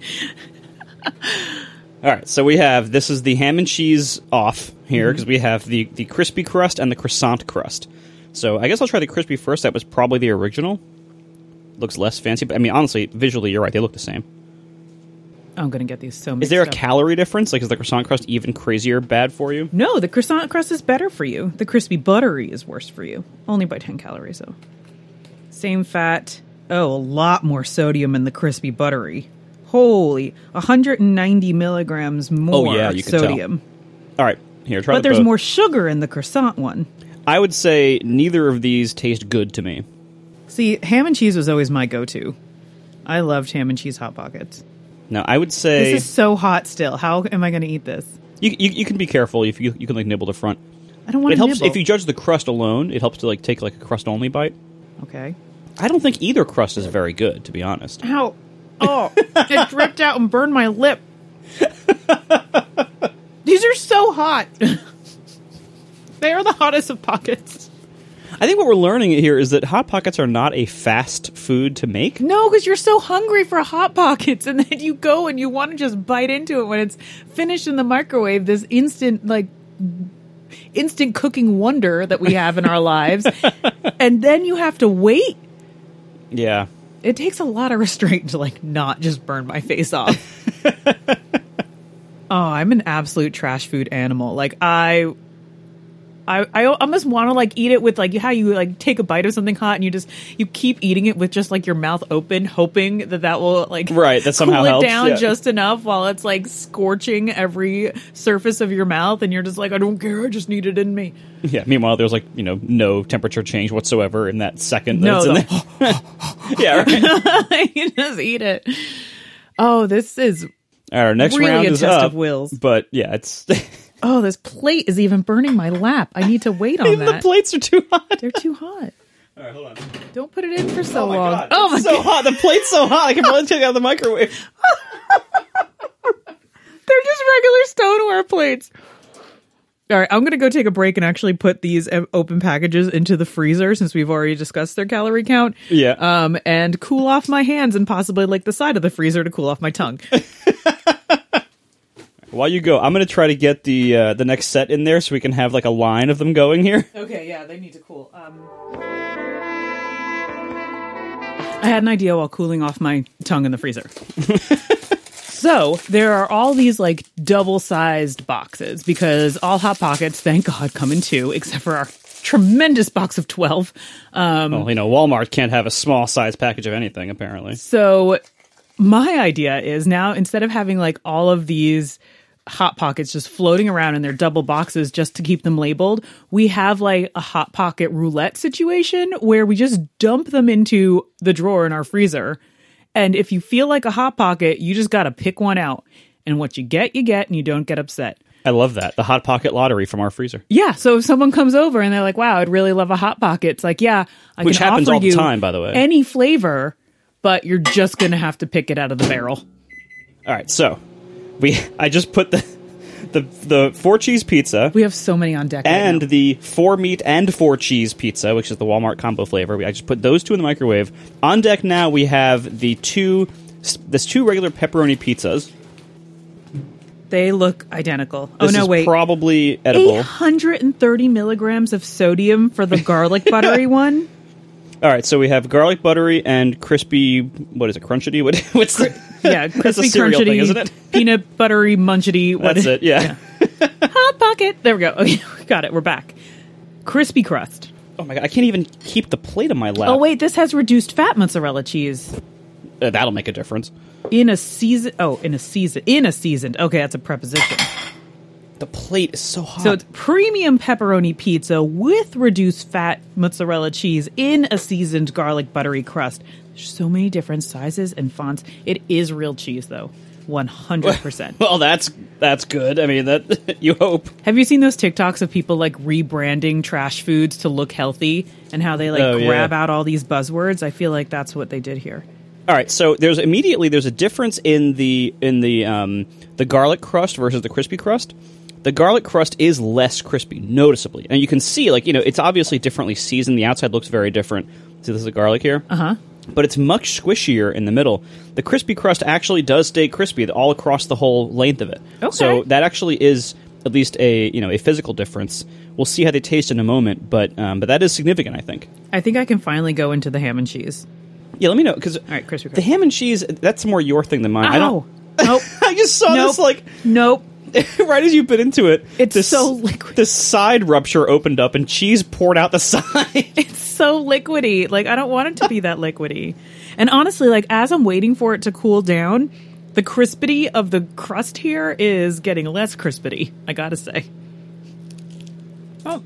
Speaker 2: All right, so we have this is the ham and cheese off here
Speaker 1: Mm-hmm.
Speaker 2: because we have the the crispy crust and the croissant crust. So I guess I'll try the crispy first. That was probably the original. Looks less fancy, but I mean honestly, visually you're right. They look the same.
Speaker 1: I'm going to get these so mixed
Speaker 2: Is there a
Speaker 1: up.
Speaker 2: calorie difference? Like is the croissant crust even crazier bad for you?
Speaker 1: No, the croissant crust is better for you. The crispy buttery is worse for you, only by 10 calories, though. Same fat. Oh, a lot more sodium in the crispy buttery. Holy, 190 milligrams more
Speaker 2: Oh, yeah, you can tell.
Speaker 1: sodium.
Speaker 2: All right, here try.
Speaker 1: But
Speaker 2: the
Speaker 1: there's
Speaker 2: both.
Speaker 1: more sugar in the croissant one.
Speaker 2: I would say neither of these taste good to me.
Speaker 1: See, ham and cheese was always my go to. I loved ham and cheese hot pockets.
Speaker 2: No, I would say
Speaker 1: This is so hot still. How am I going to eat this?
Speaker 2: you, you you can be careful if you you can like nibble the front.
Speaker 1: I don't want
Speaker 2: It
Speaker 1: to
Speaker 2: helps
Speaker 1: nibble.
Speaker 2: if you judge the crust alone. It helps to like take like a crust only bite.
Speaker 1: okay.
Speaker 2: I don't think either crust is very good, to be honest.
Speaker 1: Ow. Oh, it dripped out and burned my lip. These are so hot. they are the hottest of pockets.
Speaker 2: I think what we're learning here is that hot pockets are not a fast food to make.
Speaker 1: No, because you're so hungry for hot pockets, and then you go and you want to just bite into it when it's finished in the microwave. This instant, like, instant cooking wonder that we have in our lives, and then you have to wait.
Speaker 2: Yeah.
Speaker 1: It takes a lot of restraint to like not just burn my face off. oh, I'm an absolute trash food animal. Like I. I, I almost want to like eat it with like how you like take a bite of something hot and you just you keep eating it with just like your mouth open hoping that that will like
Speaker 2: Right, that somehow
Speaker 1: cool it
Speaker 2: helps,
Speaker 1: down
Speaker 2: yeah.
Speaker 1: just enough while it's like scorching every surface of your mouth and you're just like I don't care I just need it in me
Speaker 2: Yeah. Meanwhile, there's like you know no temperature change whatsoever in that second. that
Speaker 1: No,
Speaker 2: it's in there. yeah. Right.
Speaker 1: you just eat it oh this is
Speaker 2: All right. Next
Speaker 1: Really
Speaker 2: round
Speaker 1: a
Speaker 2: is
Speaker 1: test
Speaker 2: up.
Speaker 1: of wills.
Speaker 2: But yeah, it's even
Speaker 1: Oh, this plate is even burning my lap. I need to wait on
Speaker 2: the
Speaker 1: that.
Speaker 2: plates are too hot.
Speaker 1: They're too hot.
Speaker 2: All right, hold on.
Speaker 1: Don't put it in for so
Speaker 2: Oh my
Speaker 1: long.
Speaker 2: god!
Speaker 1: oh
Speaker 2: it's
Speaker 1: my
Speaker 2: so
Speaker 1: god.
Speaker 2: hot. The plate's so hot. I can barely take it out of the microwave.
Speaker 1: They're just regular stoneware plates. All right, I'm going to go take a break and actually put these um, open packages into the freezer since we've already discussed their calorie count.
Speaker 2: Yeah. Uh,
Speaker 1: Um and cool off my hands and possibly like the side of the freezer to cool off my tongue.
Speaker 2: While you go, I'm gonna try to get the uh, the next set in there so we can have like a line of them going here.
Speaker 1: okay, yeah, they need to cool. Um I had an idea while cooling off my tongue in the freezer. so there are all these like double sized boxes because all Hot Pockets, thank God, come in two, except for our tremendous box of 12. Um,
Speaker 2: Well, you know, Walmart can't have a small size package of anything apparently.
Speaker 1: so my idea is now instead of having like all of these hot pockets just floating around in their double boxes just to keep them labeled, we have like a hot pocket roulette situation where we just dump them into the drawer in our freezer. And if you feel like a hot pocket, you just got to pick one out. And what you get, you get, and you don't get upset.
Speaker 2: I love that the hot pocket lottery from our freezer,
Speaker 1: Yeah. So if someone comes over and they're like, "Wow, I'd really love a hot pocket," it's like, "Yeah, I
Speaker 2: Which
Speaker 1: can
Speaker 2: happens
Speaker 1: offer
Speaker 2: all the
Speaker 1: you
Speaker 2: time, by the way.
Speaker 1: any flavor, but you're just gonna have to pick it out of the barrel."
Speaker 2: All right, so we I just put the the the four cheese pizza
Speaker 1: We have so many on deck. right
Speaker 2: and
Speaker 1: now.
Speaker 2: the four meat and four cheese pizza, which is the Walmart combo flavor. We I just put those two in the microwave. On deck now we have the two this two regular pepperoni pizzas.
Speaker 1: they look identical.
Speaker 2: This
Speaker 1: oh no,
Speaker 2: is
Speaker 1: wait.
Speaker 2: probably edible.
Speaker 1: 830 milligrams of sodium for the garlic buttery one.
Speaker 2: All right, so we have garlic buttery and crispy. What is it? Crunchity? What, what's the,
Speaker 1: Yeah,
Speaker 2: That's a
Speaker 1: crispy,
Speaker 2: cereal
Speaker 1: crunchity,
Speaker 2: thing, isn't it?
Speaker 1: peanut buttery, munchity. What
Speaker 2: That's
Speaker 1: is
Speaker 2: it. Yeah.
Speaker 1: Hot pocket. There we go. Okay, we got it. We're back. Crispy crust.
Speaker 2: Oh my god, I can't even keep the plate in my lap.
Speaker 1: Oh wait, this has reduced fat mozzarella cheese.
Speaker 2: Uh, that'll make a difference.
Speaker 1: in a season oh in a season in a seasoned okay that's a preposition
Speaker 2: The plate is so hot.
Speaker 1: so it's premium pepperoni pizza with reduced fat mozzarella cheese in a seasoned garlic buttery crust there's so many different sizes and fonts it is real cheese though 100%
Speaker 2: well, that's that's good. I mean, that you hope.
Speaker 1: have you seen those tiktoks of people like rebranding trash foods to look healthy and how they like
Speaker 2: Oh, yeah.
Speaker 1: grab out all these buzzwords i feel like that's what they did here
Speaker 2: All right, so there's immediately there's a difference in the in the um, the garlic crust versus the crispy crust. The garlic crust is less crispy, noticeably, and you can see like you know it's obviously differently seasoned. The outside looks very different. See, this is a garlic here, uh huh. But it's much squishier in the middle. The crispy crust actually does stay crispy all across the whole length of it.
Speaker 1: Okay.
Speaker 2: So that actually is at least a you know a physical difference. We'll see how they taste in a moment, but um, but that is significant, I think.
Speaker 1: i think i can finally go into the ham and cheese
Speaker 2: Yeah, let me know because all
Speaker 1: right, crispy
Speaker 2: the
Speaker 1: crust.
Speaker 2: ham and cheese that's more your thing than mine. I
Speaker 1: oh
Speaker 2: don't.
Speaker 1: nope
Speaker 2: I just saw
Speaker 1: nope
Speaker 2: this like
Speaker 1: nope
Speaker 2: right as you bit into it.
Speaker 1: It's
Speaker 2: this,
Speaker 1: so liquid.
Speaker 2: The side rupture opened up and cheese poured out the side.
Speaker 1: so liquidy. Like I don't want it to be that liquidy. And honestly, like as I'm waiting for it to cool down, the crispity of the crust here is getting less crispity. I gotta say. Oh,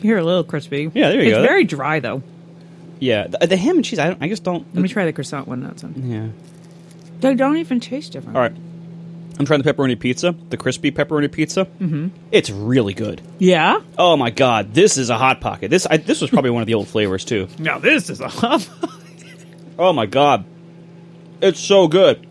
Speaker 1: here a little crispy.
Speaker 2: Yeah, there you
Speaker 1: it's
Speaker 2: go.
Speaker 1: It's very dry though.
Speaker 2: yeah, the, the ham and cheese. I, don't, I just don't.
Speaker 1: Let me try the croissant one. That's on.
Speaker 2: Yeah,
Speaker 3: They don't even taste different.
Speaker 2: All right. I'm trying the pepperoni pizza, the crispy pepperoni pizza. Mm-hmm. It's really good.
Speaker 1: Yeah.
Speaker 2: Oh my god, this is a hot pocket. This I, this was probably one of the old flavors too.
Speaker 1: Now this is a hot.
Speaker 2: Oh my god, it's so good.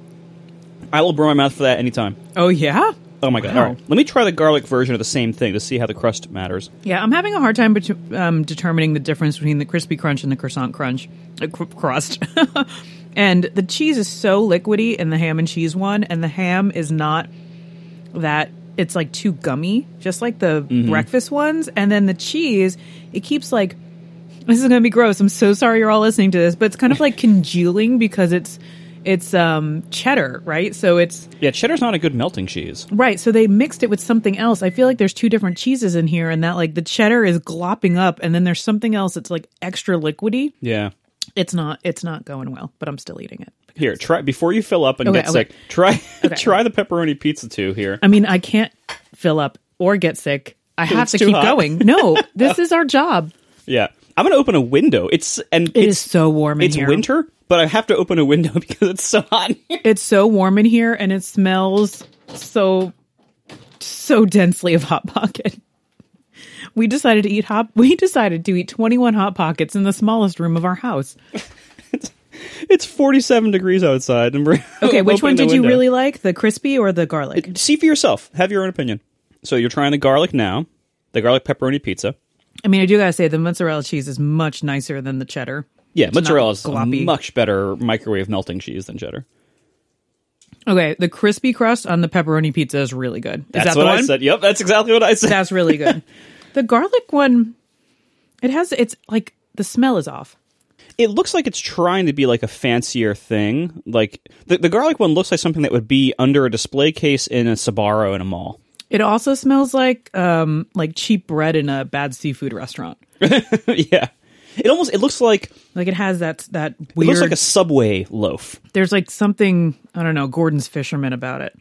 Speaker 2: I will burn my mouth for that anytime.
Speaker 1: oh yeah.
Speaker 2: Oh my god!
Speaker 1: Wow.
Speaker 2: All right, let me try the garlic version of the same thing to see how the crust matters.
Speaker 1: Yeah, I'm having a hard time bet- um, determining the difference between the crispy crunch and the croissant crunch uh, cr- crust. and the cheese is so liquidy in the ham and cheese one, and the ham is not that it's like too gummy, just like the breakfast ones. And then the cheese, it keeps like this is gonna be gross. I'm so sorry you're all listening to this, but it's kind of like congealing because it's it's um cheddar, right? So it's
Speaker 2: Yeah, cheddar's not a good melting cheese.
Speaker 1: Right, so they mixed it with something else. I feel like there's two different cheeses in here, and that like the cheddar is glopping up, and then there's something else that's like extra liquidy.
Speaker 2: Yeah.
Speaker 1: It's not, it's not going well, but I'm still eating it.
Speaker 2: Here, try before you fill up and
Speaker 1: Okay,
Speaker 2: get
Speaker 1: okay.
Speaker 2: sick. Try try the pepperoni pizza too. Here,
Speaker 1: I mean, I can't fill up or get sick. I have
Speaker 2: it's
Speaker 1: to
Speaker 2: too
Speaker 1: keep
Speaker 2: hot.
Speaker 1: going. No, this is our job.
Speaker 2: yeah. I'm gonna open a window. It's and
Speaker 1: It is
Speaker 2: it's
Speaker 1: so warm in
Speaker 2: it's
Speaker 1: here.
Speaker 2: winter, but I have to open a window because it's so hot. in here.
Speaker 1: It's so warm in here, and it smells so so densely of hot pocket. We decided to eat hot. We decided to eat 21 hot pockets in the smallest room of our house.
Speaker 2: It's 47 degrees outside. And we're
Speaker 1: Okay, which one
Speaker 2: opening
Speaker 1: did
Speaker 2: the
Speaker 1: you
Speaker 2: window.
Speaker 1: really like? The crispy or the garlic?
Speaker 2: see for yourself? Have your own opinion. So you're trying the garlic now, the garlic pepperoni pizza.
Speaker 1: I mean, I do gotta say the mozzarella cheese is much nicer than the cheddar.
Speaker 2: Yeah, mozzarella is a
Speaker 1: gloppy.
Speaker 2: much better microwave melting cheese than cheddar.
Speaker 1: Okay, the crispy crust on the pepperoni pizza is really good. Is
Speaker 2: That's
Speaker 1: that the
Speaker 2: what I
Speaker 1: one?
Speaker 2: said. Yep, that's exactly what I said.
Speaker 1: That's really good. the garlic one, it has it's like the smell is off.
Speaker 2: it looks like it's trying to be like a fancier thing. Like the, the garlic one looks like something that would be under a display case in a Sbarro in a mall.
Speaker 1: It also smells like um like cheap bread in a bad seafood restaurant.
Speaker 2: yeah. It almost it looks like
Speaker 1: Like it has that that
Speaker 2: it
Speaker 1: weird.
Speaker 2: looks like a subway loaf.
Speaker 1: there's like something I don't know Gordon's fisherman about it.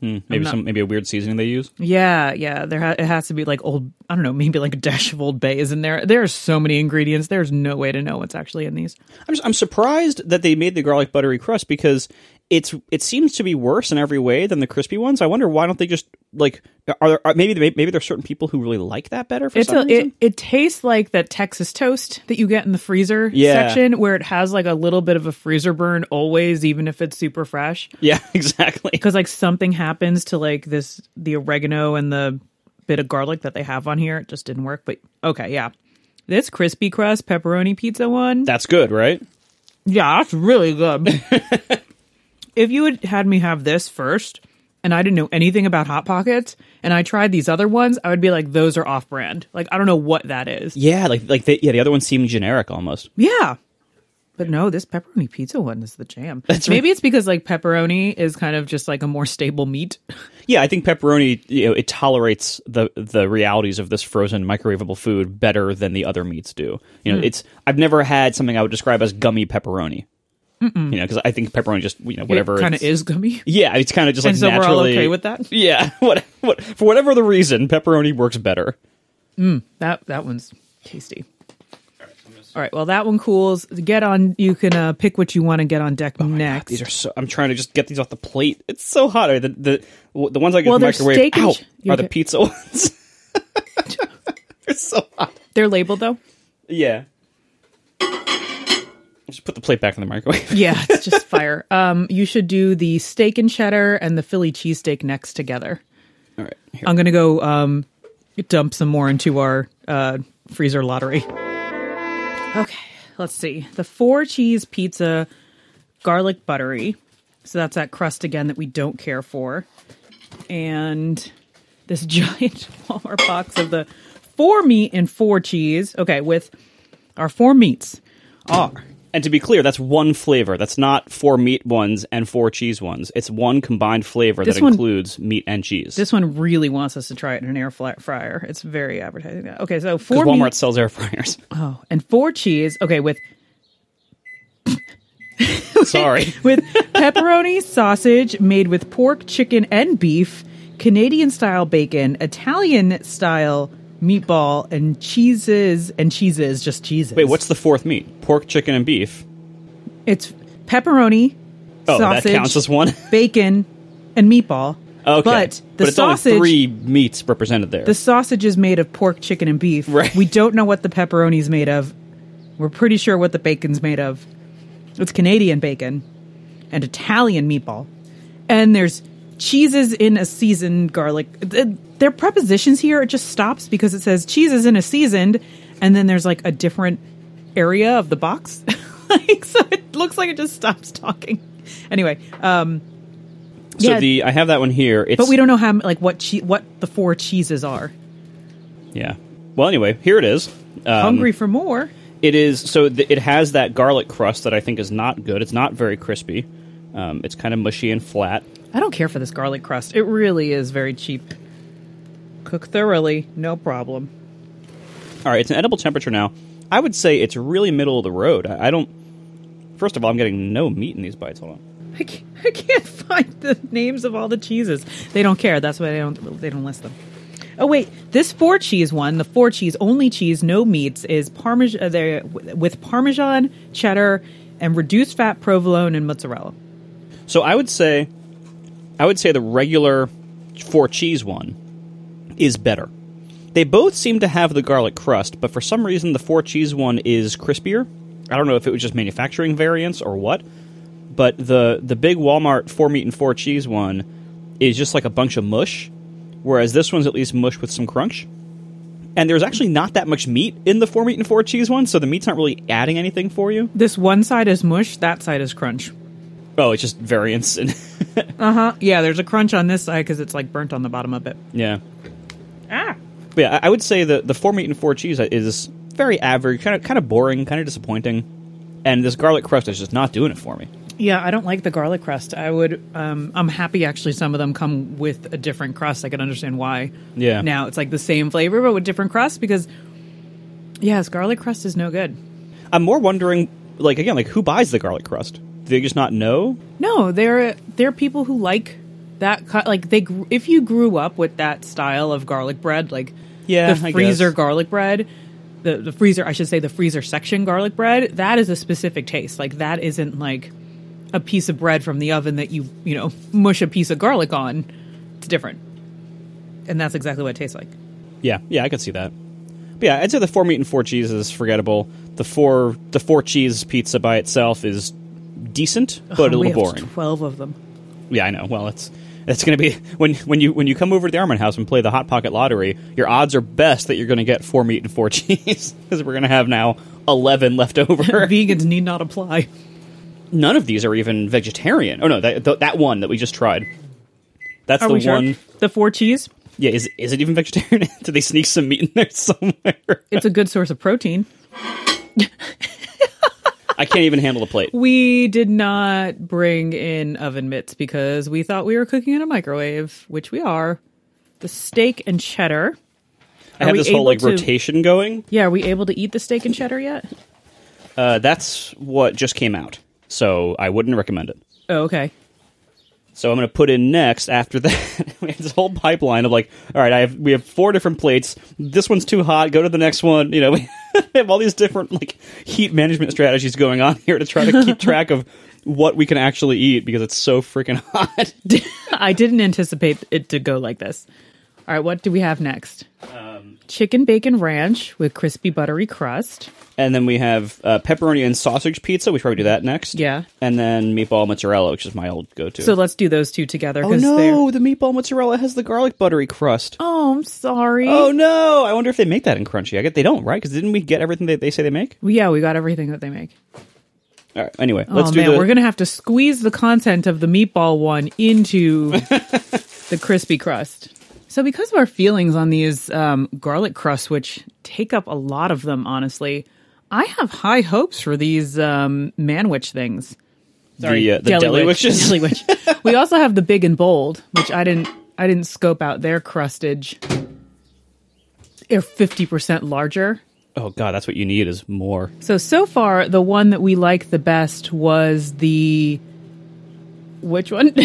Speaker 2: Maybe some maybe a weird seasoning they use.
Speaker 1: Yeah, yeah. There ha- it has to be like old. I don't know. Maybe like a dash of old bay is in there. There are so many ingredients. There's no way to know what's actually in these.
Speaker 2: I'm just, I'm surprised that they made the garlic buttery crust because it's it seems to be worse in every way than the crispy ones. I wonder why don't they just like are there are, maybe they- maybe there's certain people who really like that better for
Speaker 1: It's
Speaker 2: some
Speaker 1: a,
Speaker 2: reason.
Speaker 1: it, it tastes like that Texas toast that you get in the freezer
Speaker 2: Yeah.
Speaker 1: section where it has like a little bit of a freezer burn always, even if it's super fresh.
Speaker 2: yeah, exactly.
Speaker 1: Because like something happens to like this, the oregano and the bit of garlic that they have on here. It just didn't work. But okay, yeah. This crispy crust pepperoni pizza one.
Speaker 2: That's good, right?
Speaker 1: Yeah, that's really good. if you had had me have this first and I didn't know anything about Hot Pockets and I tried these other ones, I would be like, those are off brand. Like, I don't know what that is.
Speaker 2: Yeah, like like they, yeah, the other one seemed generic almost.
Speaker 1: Yeah. But no, this pepperoni pizza one is the jam.
Speaker 2: That's
Speaker 1: Maybe it's because like pepperoni is kind of just like a more stable meat.
Speaker 2: Yeah, I think pepperoni you know, it tolerates the the realities of this frozen microwavable food better than the other meats do. You
Speaker 1: Hmm.
Speaker 2: know, it's I've never had something I would describe as gummy pepperoni. You know, because I think pepperoni just you know whatever
Speaker 1: it kind of
Speaker 2: it's-
Speaker 1: is gummy.
Speaker 2: Yeah, it's kind of just like
Speaker 1: And so we're all
Speaker 2: naturally
Speaker 1: okay with that?
Speaker 2: Yeah, what, what for whatever the reason, pepperoni works better.
Speaker 1: That that one's tasty. All right, well that one cools. Get on. You can uh, pick what you want to get on deck next.
Speaker 2: Oh These are so. I'm trying to just get these off the plate. It's so hot. The the, the ones I get
Speaker 1: Well,
Speaker 2: in the
Speaker 1: they're
Speaker 2: microwave
Speaker 1: steak and
Speaker 2: ow,
Speaker 1: ch-
Speaker 2: are
Speaker 1: you're
Speaker 2: the
Speaker 1: okay.
Speaker 2: pizza ones. it's so hot.
Speaker 1: They're labeled though.
Speaker 2: Yeah. Just put the plate back in the microwave.
Speaker 1: Yeah, it's just fire. Um, you should do the steak and cheddar and the Philly cheesesteak next together.
Speaker 2: All right. Here.
Speaker 1: I'm gonna go um, dump some more into our uh, freezer lottery. Okay, let's see the four cheese pizza, garlic buttery. So that's that crust again that we don't care for, and this giant Walmart box of the four meat and four cheese. Okay, with our four meats are
Speaker 2: And to be clear, that's one flavor. That's not four meat ones and four cheese ones. It's one combined flavor
Speaker 1: This
Speaker 2: that
Speaker 1: one-
Speaker 2: includes meat and cheese.
Speaker 1: This one really wants us to try it in an air fly- fryer. It's very advertising. Okay, so
Speaker 2: 'Cause
Speaker 1: four
Speaker 2: Walmart
Speaker 1: meats
Speaker 2: sells air fryers.
Speaker 1: oh, and four cheese. Okay, with
Speaker 2: Sorry.
Speaker 1: with pepperoni sausage made with pork, chicken, and beef, Canadian style bacon, Italian style meatball, and cheeses and cheeses just cheeses.
Speaker 2: Wait, what's the fourth meat? Pork, chicken, and beef.
Speaker 1: it's pepperoni,
Speaker 2: Oh,
Speaker 1: sausage,
Speaker 2: that counts as one.
Speaker 1: bacon, and meatball.
Speaker 2: Okay,
Speaker 1: But the
Speaker 2: it's
Speaker 1: sausage
Speaker 2: only three meats represented there.
Speaker 1: the sausage is made of pork, chicken, and beef.
Speaker 2: Right.
Speaker 1: We don't know what the pepperoni's made of. We're pretty sure what the bacon's made of. It's Canadian bacon and Italian meatball. And there's cheeses in a seasoned garlic. Th- Their prepositions here, it just stops because it says cheeses in a seasoned, and then there's like a different area of the box. like, so it looks like it just stops talking. Anyway, um,
Speaker 2: so
Speaker 1: yeah,
Speaker 2: the I have that one here. It's,
Speaker 1: but we don't know how like what che- what the four cheeses are.
Speaker 2: Yeah. Well, anyway, here it is. Um,
Speaker 1: Hungry for more?
Speaker 2: It is so th- it has that garlic crust that I think is not good. It's not very crispy. Um, it's kind of mushy and flat.
Speaker 1: I don't care for this garlic crust. It really is very cheap. Cook thoroughly, no problem.
Speaker 2: All right, it's an edible temperature now. I would say it's really middle of the road. I, I don't. First of all, I'm getting no meat in these bites. Hold on.
Speaker 1: I can't, I can't find the names of all the cheeses. They don't care. That's why they don't they don't list them. Oh wait, this four cheese one, the four cheese only cheese, no meats is parmesan uh, they're- with parmesan, cheddar, and reduced fat provolone and mozzarella.
Speaker 2: So I would say, I would say the regular four cheese one is better. They both seem to have the garlic crust, but for some reason the four cheese one is crispier. I don't know if it was just manufacturing variance or what, but the the big Walmart four meat and four cheese one is just like a bunch of mush, whereas this one's at least mush with some crunch. And there's actually not that much meat in the four meat and four cheese one, so the meat's not really adding anything for you.
Speaker 1: This one side is mush, that side is crunch.
Speaker 2: Oh, it's just variance and
Speaker 1: Uh-huh. Yeah, there's a crunch on this side cuz it's like burnt on the bottom of it.
Speaker 2: yeah.
Speaker 1: Ah.
Speaker 2: But yeah, I I would say the the four meat and four cheese is very average, kind of kind of boring, kind of disappointing, and this garlic crust is just not doing it for me.
Speaker 1: Yeah, I don't like the garlic crust. I would. Um, I'm happy actually. Some of them come with a different crust. I can understand why.
Speaker 2: Yeah.
Speaker 1: Now it's like the same flavor but with different crust because, yes, garlic crust is no good.
Speaker 2: I'm more wondering, like again, like who buys the garlic crust? Do they just not know?
Speaker 1: No, there there are people who like that. cu- Like they, gr- if you grew up with that style of garlic bread, like
Speaker 2: Yeah, I
Speaker 1: the
Speaker 2: guess.
Speaker 1: freezer garlic bread, the the freezer, I should say, the freezer section garlic bread. That is a specific taste. Like that isn't like a piece of bread from the oven that you you know mush a piece of garlic on. It's different, and that's exactly what it tastes like.
Speaker 2: Yeah, yeah, I could see that. But yeah, I'd say the four meat and four cheese is forgettable. The four the four cheese pizza by itself is decent, but a
Speaker 1: Oh, we
Speaker 2: little
Speaker 1: have
Speaker 2: boring.
Speaker 1: Twelve of them.
Speaker 2: Yeah, I know. Well, it's that's going to be when when you when you come over to the Armand House and play the Hot Pocket Lottery. Your odds are best that you're going to get four meat and four cheese because we're going to have now eleven left over.
Speaker 1: Vegans need not apply.
Speaker 2: None of these are even vegetarian. Oh no, that th- that one that we just tried. That's
Speaker 1: Are
Speaker 2: the
Speaker 1: we sure?
Speaker 2: one.
Speaker 1: The four cheese.
Speaker 2: Yeah, is is it even vegetarian? Did they sneak some meat in there somewhere?
Speaker 1: It's a good source of protein.
Speaker 2: I can't even handle the plate.
Speaker 1: We did not bring in oven mitts because we thought we were cooking in a microwave, which we are. The steak and cheddar.
Speaker 2: I have
Speaker 1: we
Speaker 2: this whole
Speaker 1: able
Speaker 2: like
Speaker 1: to-
Speaker 2: rotation going.
Speaker 1: Yeah, are we able to eat the steak and cheddar yet?
Speaker 2: Uh, that's what just came out, so I wouldn't recommend it.
Speaker 1: Oh, okay.
Speaker 2: So I'm going to put in next after that. we have this whole pipeline of like, all right, I have we have four different plates. This one's too hot. Go to the next one. You know, we have all these different like heat management strategies going on here to try to keep track of what we can actually eat because it's so freaking hot.
Speaker 1: I didn't anticipate it to go like this. All right, what do we have next?
Speaker 2: Um,
Speaker 1: Chicken bacon ranch with crispy buttery crust.
Speaker 2: and then we have uh, pepperoni and sausage pizza. We should probably do that next.
Speaker 1: Yeah.
Speaker 2: And then meatball mozzarella, which is my old go-to.
Speaker 1: So let's do those two together.
Speaker 2: oh
Speaker 1: 'cause they're-
Speaker 2: no, the meatball mozzarella has the garlic buttery crust.
Speaker 1: Oh, I'm sorry.
Speaker 2: Oh no! I wonder if they make that in crunchy. I get they don't, right? Because didn't we get everything that they say they make?
Speaker 1: Yeah, we got everything that they make.
Speaker 2: All right. Anyway, let's
Speaker 1: oh
Speaker 2: do
Speaker 1: man,
Speaker 2: the.
Speaker 1: we're gonna have to squeeze the content of the meatball one into the crispy crust. So, because of our feelings on these um, garlic crusts, which take up a lot of them, honestly, I have high hopes for these um, manwich things.
Speaker 2: the, uh, the deli witches.
Speaker 1: Deli witch. we also have the big and bold, which I didn't. I didn't scope out their crustage. They're fifty percent larger.
Speaker 2: Oh god, that's what you need is more.
Speaker 1: So so far, the one that we liked the best was the which one?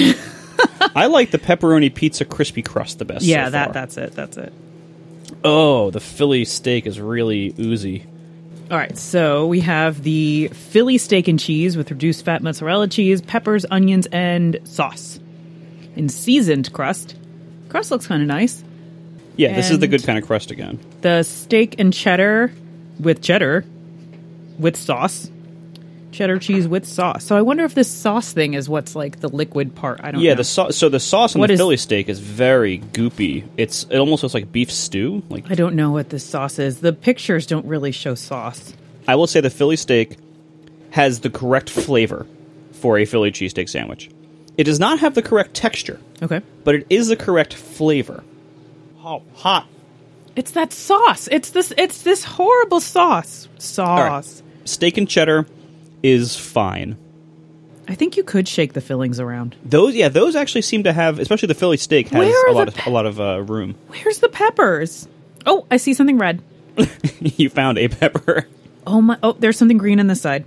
Speaker 2: I like the pepperoni pizza crispy crust the best.
Speaker 1: yeah,
Speaker 2: so
Speaker 1: that
Speaker 2: far.
Speaker 1: that's it. That's it.
Speaker 2: Oh, the Philly steak is really oozy.
Speaker 1: All right, so we have the Philly steak and cheese with reduced fat mozzarella cheese, peppers, onions, and sauce. And seasoned crust. Crust looks kind of nice.
Speaker 2: Yeah, this is the
Speaker 1: And-
Speaker 2: good kind of crust again.
Speaker 1: The steak and cheddar with cheddar with sauce. Cheddar cheese with sauce. So I wonder if this sauce thing is what's like the liquid part. I don't
Speaker 2: Yeah,
Speaker 1: know.
Speaker 2: the sauce. So the sauce on
Speaker 1: What
Speaker 2: the
Speaker 1: is-
Speaker 2: Philly steak is very goopy. It's it almost looks like beef stew. Like
Speaker 1: I don't know what this sauce is. The pictures don't really show sauce.
Speaker 2: I will say, the Philly steak has the correct flavor for a Philly cheesesteak sandwich. It does not have the correct texture,
Speaker 1: Okay.
Speaker 2: but it is the correct flavor. Oh, hot
Speaker 1: It's that sauce. It's this it's this horrible sauce.
Speaker 2: All right.
Speaker 1: Sauce.
Speaker 2: steak and cheddar is fine.
Speaker 1: I think you could shake the fillings around.
Speaker 2: Those, yeah, those actually seem to have, especially the Philly steak has
Speaker 1: Where are
Speaker 2: a lot,
Speaker 1: the
Speaker 2: of, a lot of uh, room.
Speaker 1: Where's the peppers? Oh, I see something red.
Speaker 2: you found a pepper.
Speaker 1: Oh my oh, there's something green on the side.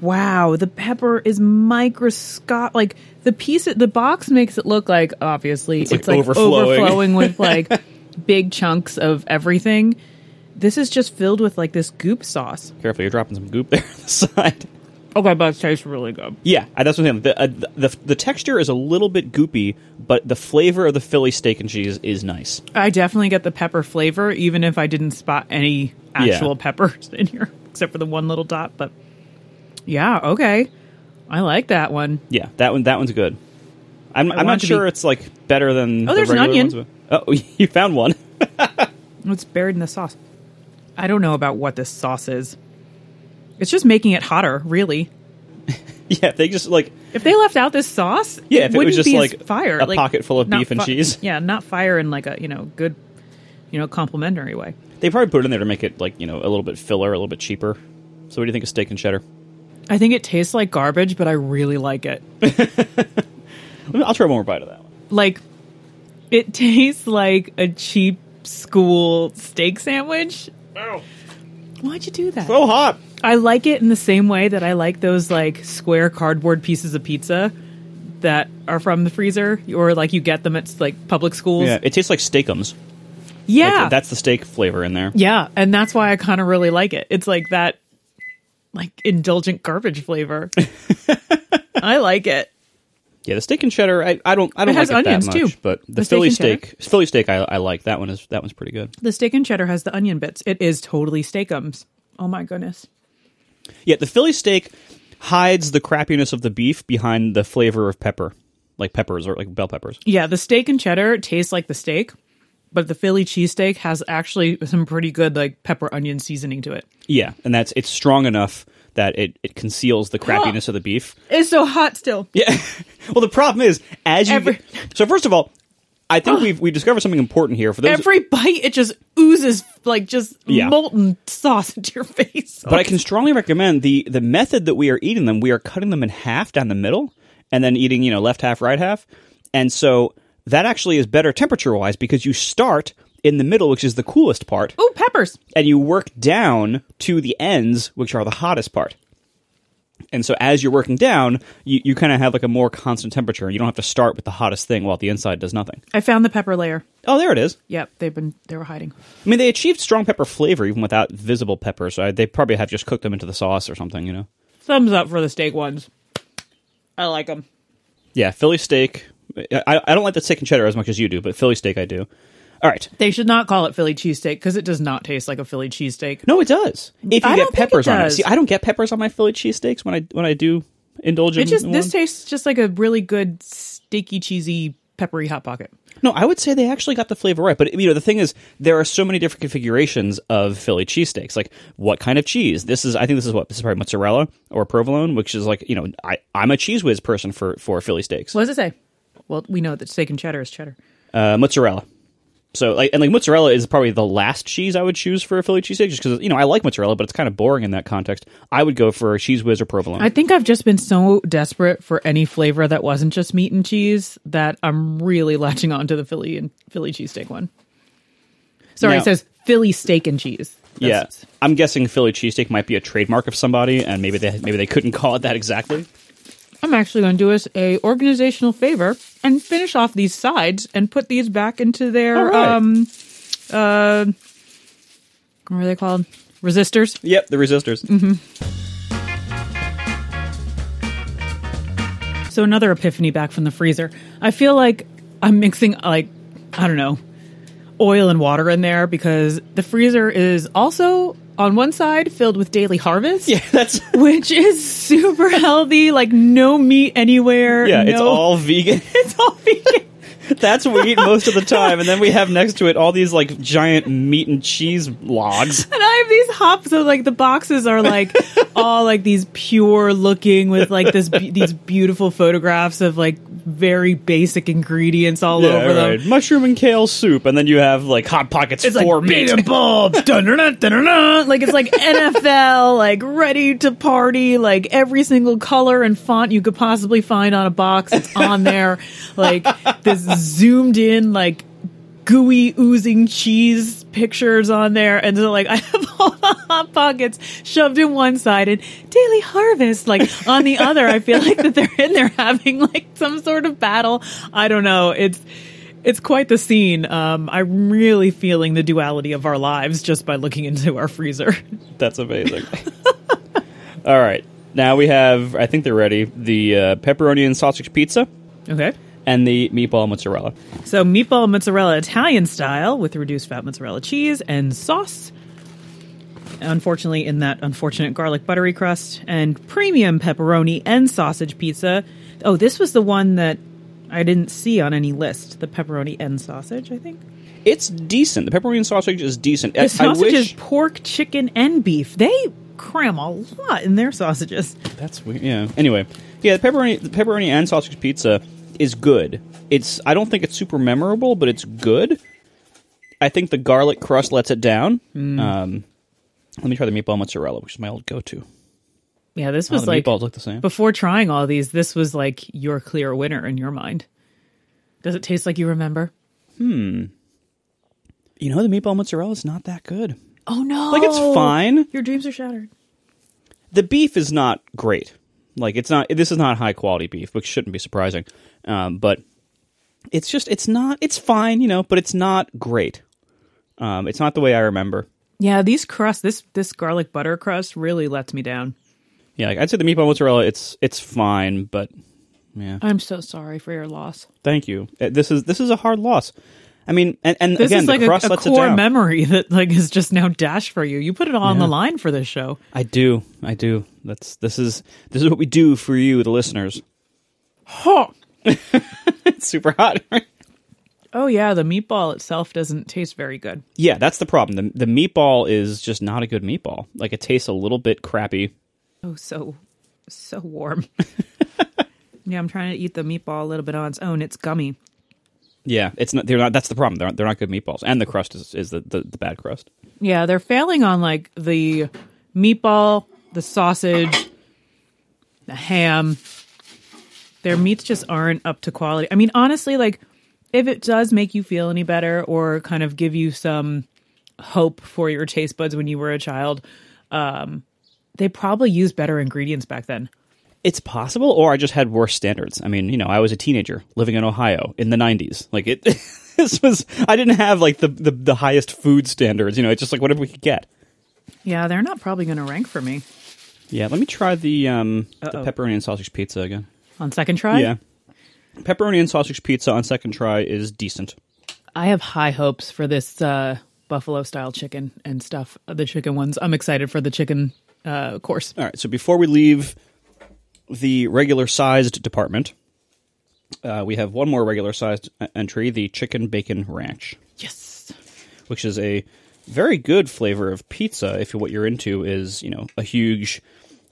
Speaker 1: Wow, the pepper is microscopic. Like the piece the box makes it look like obviously it's,
Speaker 2: like,
Speaker 1: like
Speaker 2: overflowing.
Speaker 1: overflowing with like big chunks of everything. This is just filled with like this goop sauce.
Speaker 2: Careful, you're dropping some goop there on the side.
Speaker 1: Okay, but it tastes really good.
Speaker 2: Yeah, uh, that's what I'm saying. The, uh, the, the, the texture is a little bit goopy, but the flavor of the Philly steak and cheese is nice.
Speaker 1: I definitely get the pepper flavor, even if I didn't spot any
Speaker 2: Yeah.
Speaker 1: actual peppers in here, except for the one little dot. But yeah, okay. I like that one.
Speaker 2: Yeah, that one that one's good. I'm, I'm
Speaker 1: want
Speaker 2: not
Speaker 1: to
Speaker 2: sure
Speaker 1: be-
Speaker 2: it's like better than
Speaker 1: Oh,
Speaker 2: the
Speaker 1: there's an
Speaker 2: regular
Speaker 1: onion.
Speaker 2: ones, but- Oh, you found one.
Speaker 1: It's buried in the sauce. I don't know about what this sauce is. It's just making it hotter, really.
Speaker 2: yeah, they just like
Speaker 1: If they left out this sauce,
Speaker 2: Yeah,
Speaker 1: it
Speaker 2: if it was
Speaker 1: wouldn't
Speaker 2: just
Speaker 1: be as
Speaker 2: like
Speaker 1: fire.
Speaker 2: a pocket full of
Speaker 1: not
Speaker 2: beef and cheese.
Speaker 1: Yeah, not fire in like a you know good, you know complimentary way.
Speaker 2: they probably put it in there to make it like you know a little bit filler, a little bit cheaper. So what do you think of steak and cheddar?
Speaker 1: I think it tastes like garbage, but I really like it.
Speaker 2: Let me- I'll try one more bite of that one.
Speaker 1: like it tastes like a cheap school steak sandwich. Why'd you do that?
Speaker 2: So hot.
Speaker 1: I like it in the same way that I like those like square cardboard pieces of pizza that are from the freezer or like you get them at like public schools.
Speaker 2: Yeah, it tastes like steakums. Like,
Speaker 1: Yeah.
Speaker 2: that's the steak flavor in there.
Speaker 1: yeah, and that's why I kind of really like it. It's like that like indulgent garbage flavor. I like it.
Speaker 2: Yeah, the steak and cheddar. I, I don't I don't
Speaker 1: has
Speaker 2: like it
Speaker 1: onions,
Speaker 2: that
Speaker 1: too.
Speaker 2: much, but the,
Speaker 1: The steak
Speaker 2: Philly
Speaker 1: and cheddar.
Speaker 2: steak, Philly steak, I, I like that one. Is that one's pretty good.
Speaker 1: The steak and cheddar has the onion bits. It is totally steakums. Oh my goodness.
Speaker 2: Yeah, the Philly steak hides the crappiness of the beef behind the flavor of pepper, like peppers or like bell peppers.
Speaker 1: Yeah, the steak and cheddar tastes like the steak, but the Philly cheesesteak has actually some pretty good like pepper onion seasoning to it.
Speaker 2: Yeah, and that's it's strong enough that it, it conceals the crappiness of the beef.
Speaker 1: It's so hot still.
Speaker 2: Yeah. well, the problem is as you
Speaker 1: Every-
Speaker 2: get- so first of all, I think we've we discovered something important here for those.
Speaker 1: Every bite it just oozes like just
Speaker 2: Yeah.
Speaker 1: molten sauce into your face.
Speaker 2: but I can strongly recommend the the method that we are eating them. We are cutting them in half down the middle, and then eating you know left half, right half, and so that actually is better temperature wise because you start in the middle, which is the coolest part.
Speaker 1: Oh, peppers.
Speaker 2: and you work down to the ends, which are the hottest part. And so as you're working down, you, you kind of have like a more constant temperature. You don't have to start with the hottest thing while the inside does nothing.
Speaker 1: I found the pepper layer.
Speaker 2: Oh, there it is.
Speaker 1: Yep, they've been they were hiding.
Speaker 2: I mean, they achieved strong pepper flavor even without visible pepper, so they probably have just cooked them into the sauce or something, you know?
Speaker 1: Thumbs up for the steak ones. I like them.
Speaker 2: Yeah, Philly steak. I, I don't like the steak and cheddar as much as you do, but Philly steak I do. All right.
Speaker 1: They should not call it Philly cheesesteak because it does not taste like a Philly cheesesteak.
Speaker 2: No, it does. If you
Speaker 1: I
Speaker 2: get
Speaker 1: don't think it
Speaker 2: peppers on it.
Speaker 1: does.
Speaker 2: See, I don't get peppers on my Philly cheesesteaks when I when I do indulge
Speaker 1: It
Speaker 2: in
Speaker 1: just
Speaker 2: in
Speaker 1: this
Speaker 2: one.
Speaker 1: tastes just like a really good steaky cheesy peppery hot pocket.
Speaker 2: No, I would say they actually got the flavor right. But you know, the thing is, there are so many different configurations of Philly cheesesteaks. Like, what kind of cheese? This is, I think, this is what this is probably mozzarella or provolone, which is like, you know, I I'm a cheese whiz person for for Philly steaks.
Speaker 1: What does it say? Well, we know that steak and cheddar is cheddar.
Speaker 2: Uh, mozzarella. So like, and like mozzarella is probably the last cheese I would choose for a Philly cheesesteak, just because you know I like mozzarella, but it's kind of boring in that context. I would go for a cheese whiz or provolone.
Speaker 1: I think I've just been so desperate for any flavor that wasn't just meat and cheese that I'm really latching on to the Philly and Philly cheesesteak one. Sorry,
Speaker 2: Now-
Speaker 1: it says Philly steak and cheese.
Speaker 2: yeah,
Speaker 1: That's-
Speaker 2: I'm guessing Philly cheesesteak might be a trademark of somebody, and maybe they maybe they couldn't call it that exactly.
Speaker 1: I'm actually going to do us a organizational favor and finish off these sides and put these back into their
Speaker 2: All right.
Speaker 1: um uh what are they called? Resistors.
Speaker 2: Yep, the resistors.
Speaker 1: So another epiphany back from the freezer. I feel like I'm mixing like I don't know oil and water in there because the freezer is also on one side filled with daily harvest.
Speaker 2: Yeah, that's
Speaker 1: Which is super healthy, like no meat anywhere.
Speaker 2: yeah. It's
Speaker 1: no-
Speaker 2: all vegan.
Speaker 1: it's all vegan.
Speaker 2: That's what we eat most of the time, and then we have next to it all these like giant meat and cheese logs.
Speaker 1: And I have these hops. So like the boxes are like all like these pure looking with like this be- these beautiful photographs of like very basic ingredients all over them.
Speaker 2: right. mushroom and kale soup, and then you have like hot pockets
Speaker 1: It's
Speaker 2: for
Speaker 1: like
Speaker 2: meat.
Speaker 1: meat and bulbs. Dun, dun, dun, dun, dun, dun. Like it's like NFL, like ready to party, like every single color and font you could possibly find on a box. It's on there. Like this zoomed in, like gooey oozing cheese pictures on there and so like i have all the hot pockets shoved in one side and daily harvest like on the other i feel like that they're in there having like some sort of battle i don't know it's it's quite the scene um i'm really feeling the duality of our lives just by looking into our freezer
Speaker 2: That's amazing. All right. Now we have, I think they're ready, the uh, pepperoni and sausage pizza
Speaker 1: okay
Speaker 2: and the meatball mozzarella.
Speaker 1: so meatball mozzarella italian style with reduced fat mozzarella cheese and sauce unfortunately in that unfortunate garlic buttery crust and premium pepperoni and sausage pizza. Oh, this was the one that I didn't see on any list. The pepperoni and sausage, I think.
Speaker 2: It's decent. The pepperoni and sausage is decent.
Speaker 1: The sausage is pork, chicken, and beef. They cram a lot in their sausages.
Speaker 2: That's weird. Yeah. Anyway, yeah, the pepperoni, the pepperoni and sausage pizza is good. It's. I don't think it's super memorable, but it's good. I think the garlic crust lets it down.
Speaker 1: Mm.
Speaker 2: Um, let me try the meatball mozzarella, which is my old go-to.
Speaker 1: Yeah, this
Speaker 2: Oh,
Speaker 1: was
Speaker 2: the
Speaker 1: like
Speaker 2: meatballs look the same.
Speaker 1: before trying all these, this was like your clear winner in your mind. Does it taste like you remember?
Speaker 2: You know, the meatball mozzarella is not that good.
Speaker 1: Oh no.
Speaker 2: Like it's fine.
Speaker 1: Your dreams are shattered.
Speaker 2: the beef is not great. Like it's not. This is not high quality beef, which shouldn't be surprising. Um, but it's just it's not. It's fine, you know, but it's not great. Um, it's not the way I remember.
Speaker 1: Yeah, these crusts, this this garlic butter crust really lets me down.
Speaker 2: Yeah, like, I'd say the meatball mozzarella. It's it's fine, but
Speaker 1: I'm so sorry for your loss.
Speaker 2: thank you. Uh, This is this is a hard loss. I mean, and, and
Speaker 1: This
Speaker 2: again,
Speaker 1: is like
Speaker 2: the
Speaker 1: a,
Speaker 2: crust
Speaker 1: a
Speaker 2: lets it
Speaker 1: core
Speaker 2: down.
Speaker 1: memory that like is just now dashed for you. You put it all on
Speaker 2: Yeah.
Speaker 1: the line for this show.
Speaker 2: I do, I do. That's this is this is what we do for you, the listeners.
Speaker 1: Huh.
Speaker 2: It's super hot. right?
Speaker 1: Oh yeah, the meatball itself doesn't taste very good.
Speaker 2: Yeah, that's the problem. The, the meatball is just not a good meatball. Like it tastes a little bit crappy.
Speaker 1: Oh, so so warm. yeah, I'm trying to eat the meatball a little bit on its own. It's gummy.
Speaker 2: Yeah, it's not. They're not. That's the problem. They're not, they're not good meatballs, and the crust is, is the, the the bad crust.
Speaker 1: Yeah, they're failing on like the meatball, the sausage, the ham. Their meats just aren't up to quality. I mean, honestly, like if it does make you feel any better or kind of give you some hope for your taste buds when you were a child, um, they probably used better ingredients back then.
Speaker 2: It's possible, or I just had worse standards. I mean, you know, I was a teenager living in Ohio in the '90s. Like it, this was. I didn't have like the, the the highest food standards. You know, it's just like whatever we could get.
Speaker 1: Yeah, they're not probably going to rank for me
Speaker 2: Yeah, let me try the um the
Speaker 1: Uh-oh.
Speaker 2: pepperoni and sausage pizza again.
Speaker 1: on second try.
Speaker 2: yeah, pepperoni and sausage pizza on second try is decent.
Speaker 1: I have high hopes for this uh, buffalo style chicken and stuff. uh, The chicken ones. I'm excited for the chicken uh, course.
Speaker 2: All right. So before we leave the regular sized department, uh, we have one more regular sized uh, entry: the chicken bacon ranch,
Speaker 1: Yes.
Speaker 2: which is a very good flavor of pizza. If what you're into is you know a huge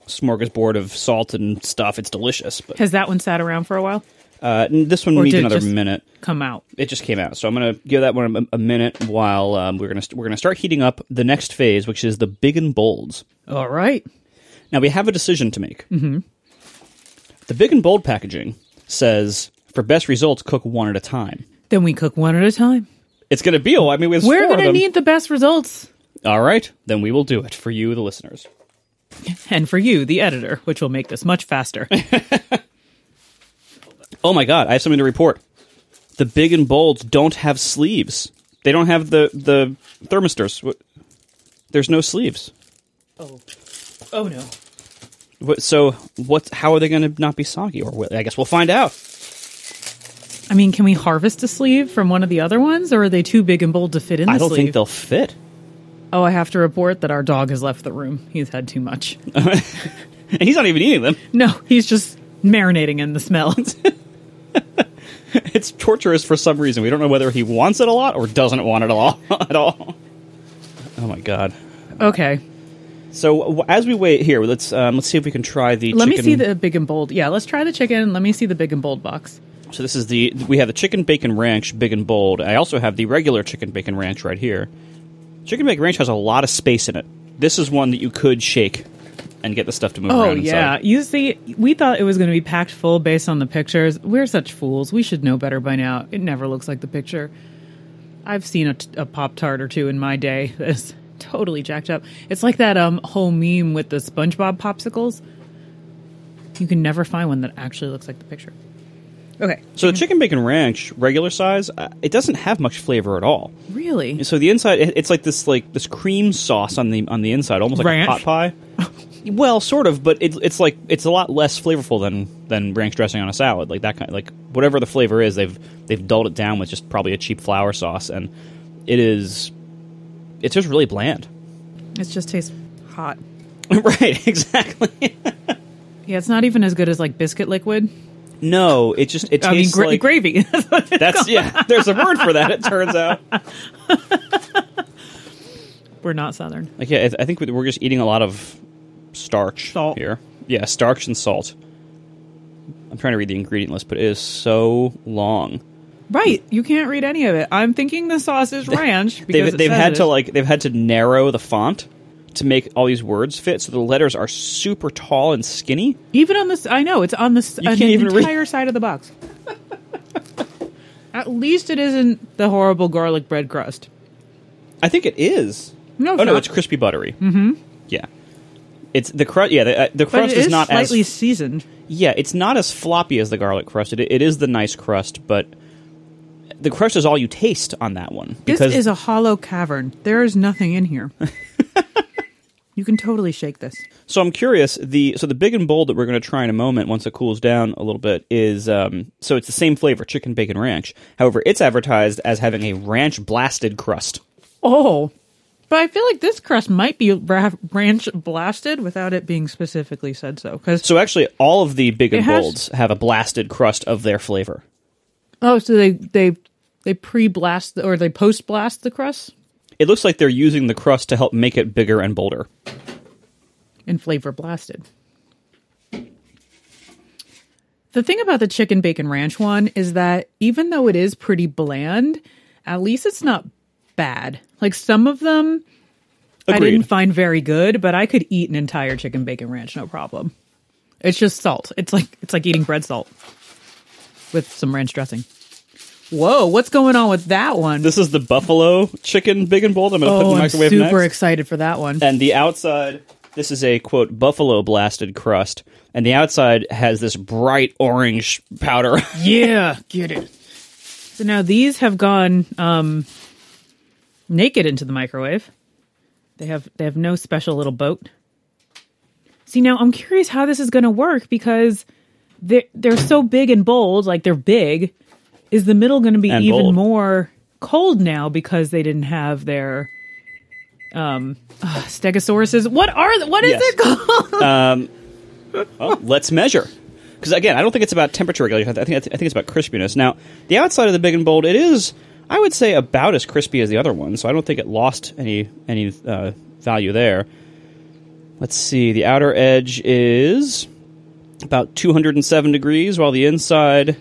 Speaker 2: smorgasbord of salt and stuff, it's delicious. But
Speaker 1: Has that one sat around for a while?
Speaker 2: uh, this one
Speaker 1: Or
Speaker 2: needs
Speaker 1: did it
Speaker 2: another
Speaker 1: just-
Speaker 2: minute.
Speaker 1: Come out.
Speaker 2: It just came out, so I'm gonna give that one a, a minute while um, we're gonna st- we're gonna start heating up the next phase, which is the big and bolds.
Speaker 1: All right.
Speaker 2: Now we have a decision to make. Mm-hmm. The big and bold packaging says, "For best results, cook one at a time."
Speaker 1: Then we cook one at a time.
Speaker 2: It's going to be. I mean, we have
Speaker 1: We're
Speaker 2: four
Speaker 1: going
Speaker 2: of
Speaker 1: to
Speaker 2: them.
Speaker 1: need the best results.
Speaker 2: All right, then we will do it for you, the listeners.
Speaker 1: And for you, the editor, which will make this much faster.
Speaker 2: Oh my God, I have something to report. The big and bolds don't have sleeves. They don't have the the thermistors. Wh- There's no sleeves.
Speaker 1: Oh, oh no.
Speaker 2: What- So what's how are they going to not be soggy? Or what- I guess we'll find out.
Speaker 1: I mean, can we harvest a sleeve from one of the other ones, or are they too big and bold to fit in the
Speaker 2: I don't
Speaker 1: sleeve?
Speaker 2: think they'll fit.
Speaker 1: oh, I have to report that our dog has left the room. He's had too much.
Speaker 2: And he's not even eating them.
Speaker 1: no, he's just marinating in the smell.
Speaker 2: It's torturous for some reason. We don't know whether he wants it a lot or doesn't want it a lot at all. Oh my god.
Speaker 1: okay.
Speaker 2: So w- as we wait here, let's um, let's see if we can try the.
Speaker 1: Let me
Speaker 2: chicken-
Speaker 1: see the big and bold. Yeah, let's try the chicken. Let me see the big and bold box.
Speaker 2: So this is the we have the chicken bacon ranch, big and bold. I also have the regular chicken bacon ranch right here. Chicken bacon ranch has a lot of space in it. This is one that you could shake and get the stuff to move
Speaker 1: Oh
Speaker 2: around.
Speaker 1: yeah,
Speaker 2: inside.
Speaker 1: you see, we thought it was going to be packed full based on the pictures. We're such fools. We should know better by now. It never looks like the picture. I've seen a, pop tart or two in my day. That's totally jacked up. It's like that um whole meme with the SpongeBob popsicles. You can never find one that actually looks like the picture. Okay,
Speaker 2: So the chicken bacon ranch, regular size, uh, it doesn't have much flavor at all.
Speaker 1: really?
Speaker 2: So the inside, it- it's like this like this cream sauce on the on the inside, almost like
Speaker 1: Ranch?
Speaker 2: a pot pie. well, sort of, but it, it's like it's a lot less flavorful than than ranch dressing on a salad. Like that kind, like whatever the flavor is, they've they've dulled it down with just probably a cheap flour sauce, and it is it's just really bland.
Speaker 1: It just tastes hot.
Speaker 2: right, exactly.
Speaker 1: Yeah, it's not even as good as like biscuit liquid.
Speaker 2: No, it just it
Speaker 1: I mean,
Speaker 2: tastes
Speaker 1: gra-
Speaker 2: like
Speaker 1: gravy.
Speaker 2: that's yeah. There's a word for that. It turns out.
Speaker 1: We're not southern.
Speaker 2: Like yeah, I, th- I think we're just eating a lot of starch
Speaker 1: Salt.
Speaker 2: here. Yeah, starch and salt. I'm trying to read the ingredient list, but it is so long.
Speaker 1: Right, you can't read any of it. I'm thinking the sauce is ranch. Because
Speaker 2: they've
Speaker 1: it
Speaker 2: they've
Speaker 1: says
Speaker 2: had
Speaker 1: it
Speaker 2: to
Speaker 1: is.
Speaker 2: like they've had to narrow the font to make all these words fit. So the letters are super tall and skinny.
Speaker 1: even on this. I know it's on this on
Speaker 2: can't
Speaker 1: the
Speaker 2: even read-
Speaker 1: entire side of the box. At least it isn't the horrible garlic bread crust.
Speaker 2: I think it is.
Speaker 1: No,
Speaker 2: oh
Speaker 1: it's
Speaker 2: no,
Speaker 1: not.
Speaker 2: it's crispy buttery. Mm-hmm. Yeah, it's the crust. Yeah, the, uh, the
Speaker 1: But
Speaker 2: crust
Speaker 1: it is,
Speaker 2: is not as
Speaker 1: slightly seasoned.
Speaker 2: Yeah, it's not as floppy as the garlic crust. It, it is the nice crust, but the crust is all you taste on that one.
Speaker 1: This
Speaker 2: Because
Speaker 1: is a hollow cavern. There is nothing in here. you can totally shake this.
Speaker 2: so I'm curious. The so the big and bold that we're going to try in a moment, once it cools down a little bit, is um, so it's the same flavor, chicken bacon ranch. However, it's advertised as having a ranch blasted crust.
Speaker 1: Oh, but I feel like this crust might be ra- ranch blasted without it being specifically said so. Because
Speaker 2: So actually, all of the big and
Speaker 1: It has-
Speaker 2: bolds have a blasted crust of their flavor.
Speaker 1: oh, so they they they pre blast or they post blast the crust
Speaker 2: It looks like they're using the crust to help make it bigger and bolder.
Speaker 1: and flavor blasted. The thing about the chicken bacon ranch one is that even though it is pretty bland, at least it's not bad. Like some of them I
Speaker 2: Agreed.
Speaker 1: didn't find very good, but I could eat an entire chicken bacon ranch no problem. It's just salt. It's like it's like eating bread salt with some ranch dressing. Whoa, what's going on with that one?
Speaker 2: This is the buffalo chicken big and bold. I'm going to put in
Speaker 1: oh,
Speaker 2: the
Speaker 1: I'm
Speaker 2: microwave
Speaker 1: super
Speaker 2: next.
Speaker 1: excited for that one.
Speaker 2: and the outside this is a quote buffalo blasted crust and the outside has this bright orange powder
Speaker 1: Yeah, get it. So now these have gone um, naked into the microwave. They have they have no special little boat. See now I'm curious how this is going to work because they're they're so big and bold, like they're big. Is the middle going to be
Speaker 2: And
Speaker 1: even
Speaker 2: bold.
Speaker 1: more cold now because they didn't have their um uh, stegosauruses? What are the, what is
Speaker 2: Yes.
Speaker 1: it called?
Speaker 2: Well, let's measure because again i don't think it's about temperature regulation i think, I think it's about crispiness now the outside of the big and bold it is i would say about as crispy as the other one so i don't think it lost any any uh, value there let's see the outer edge is about 207 degrees while the inside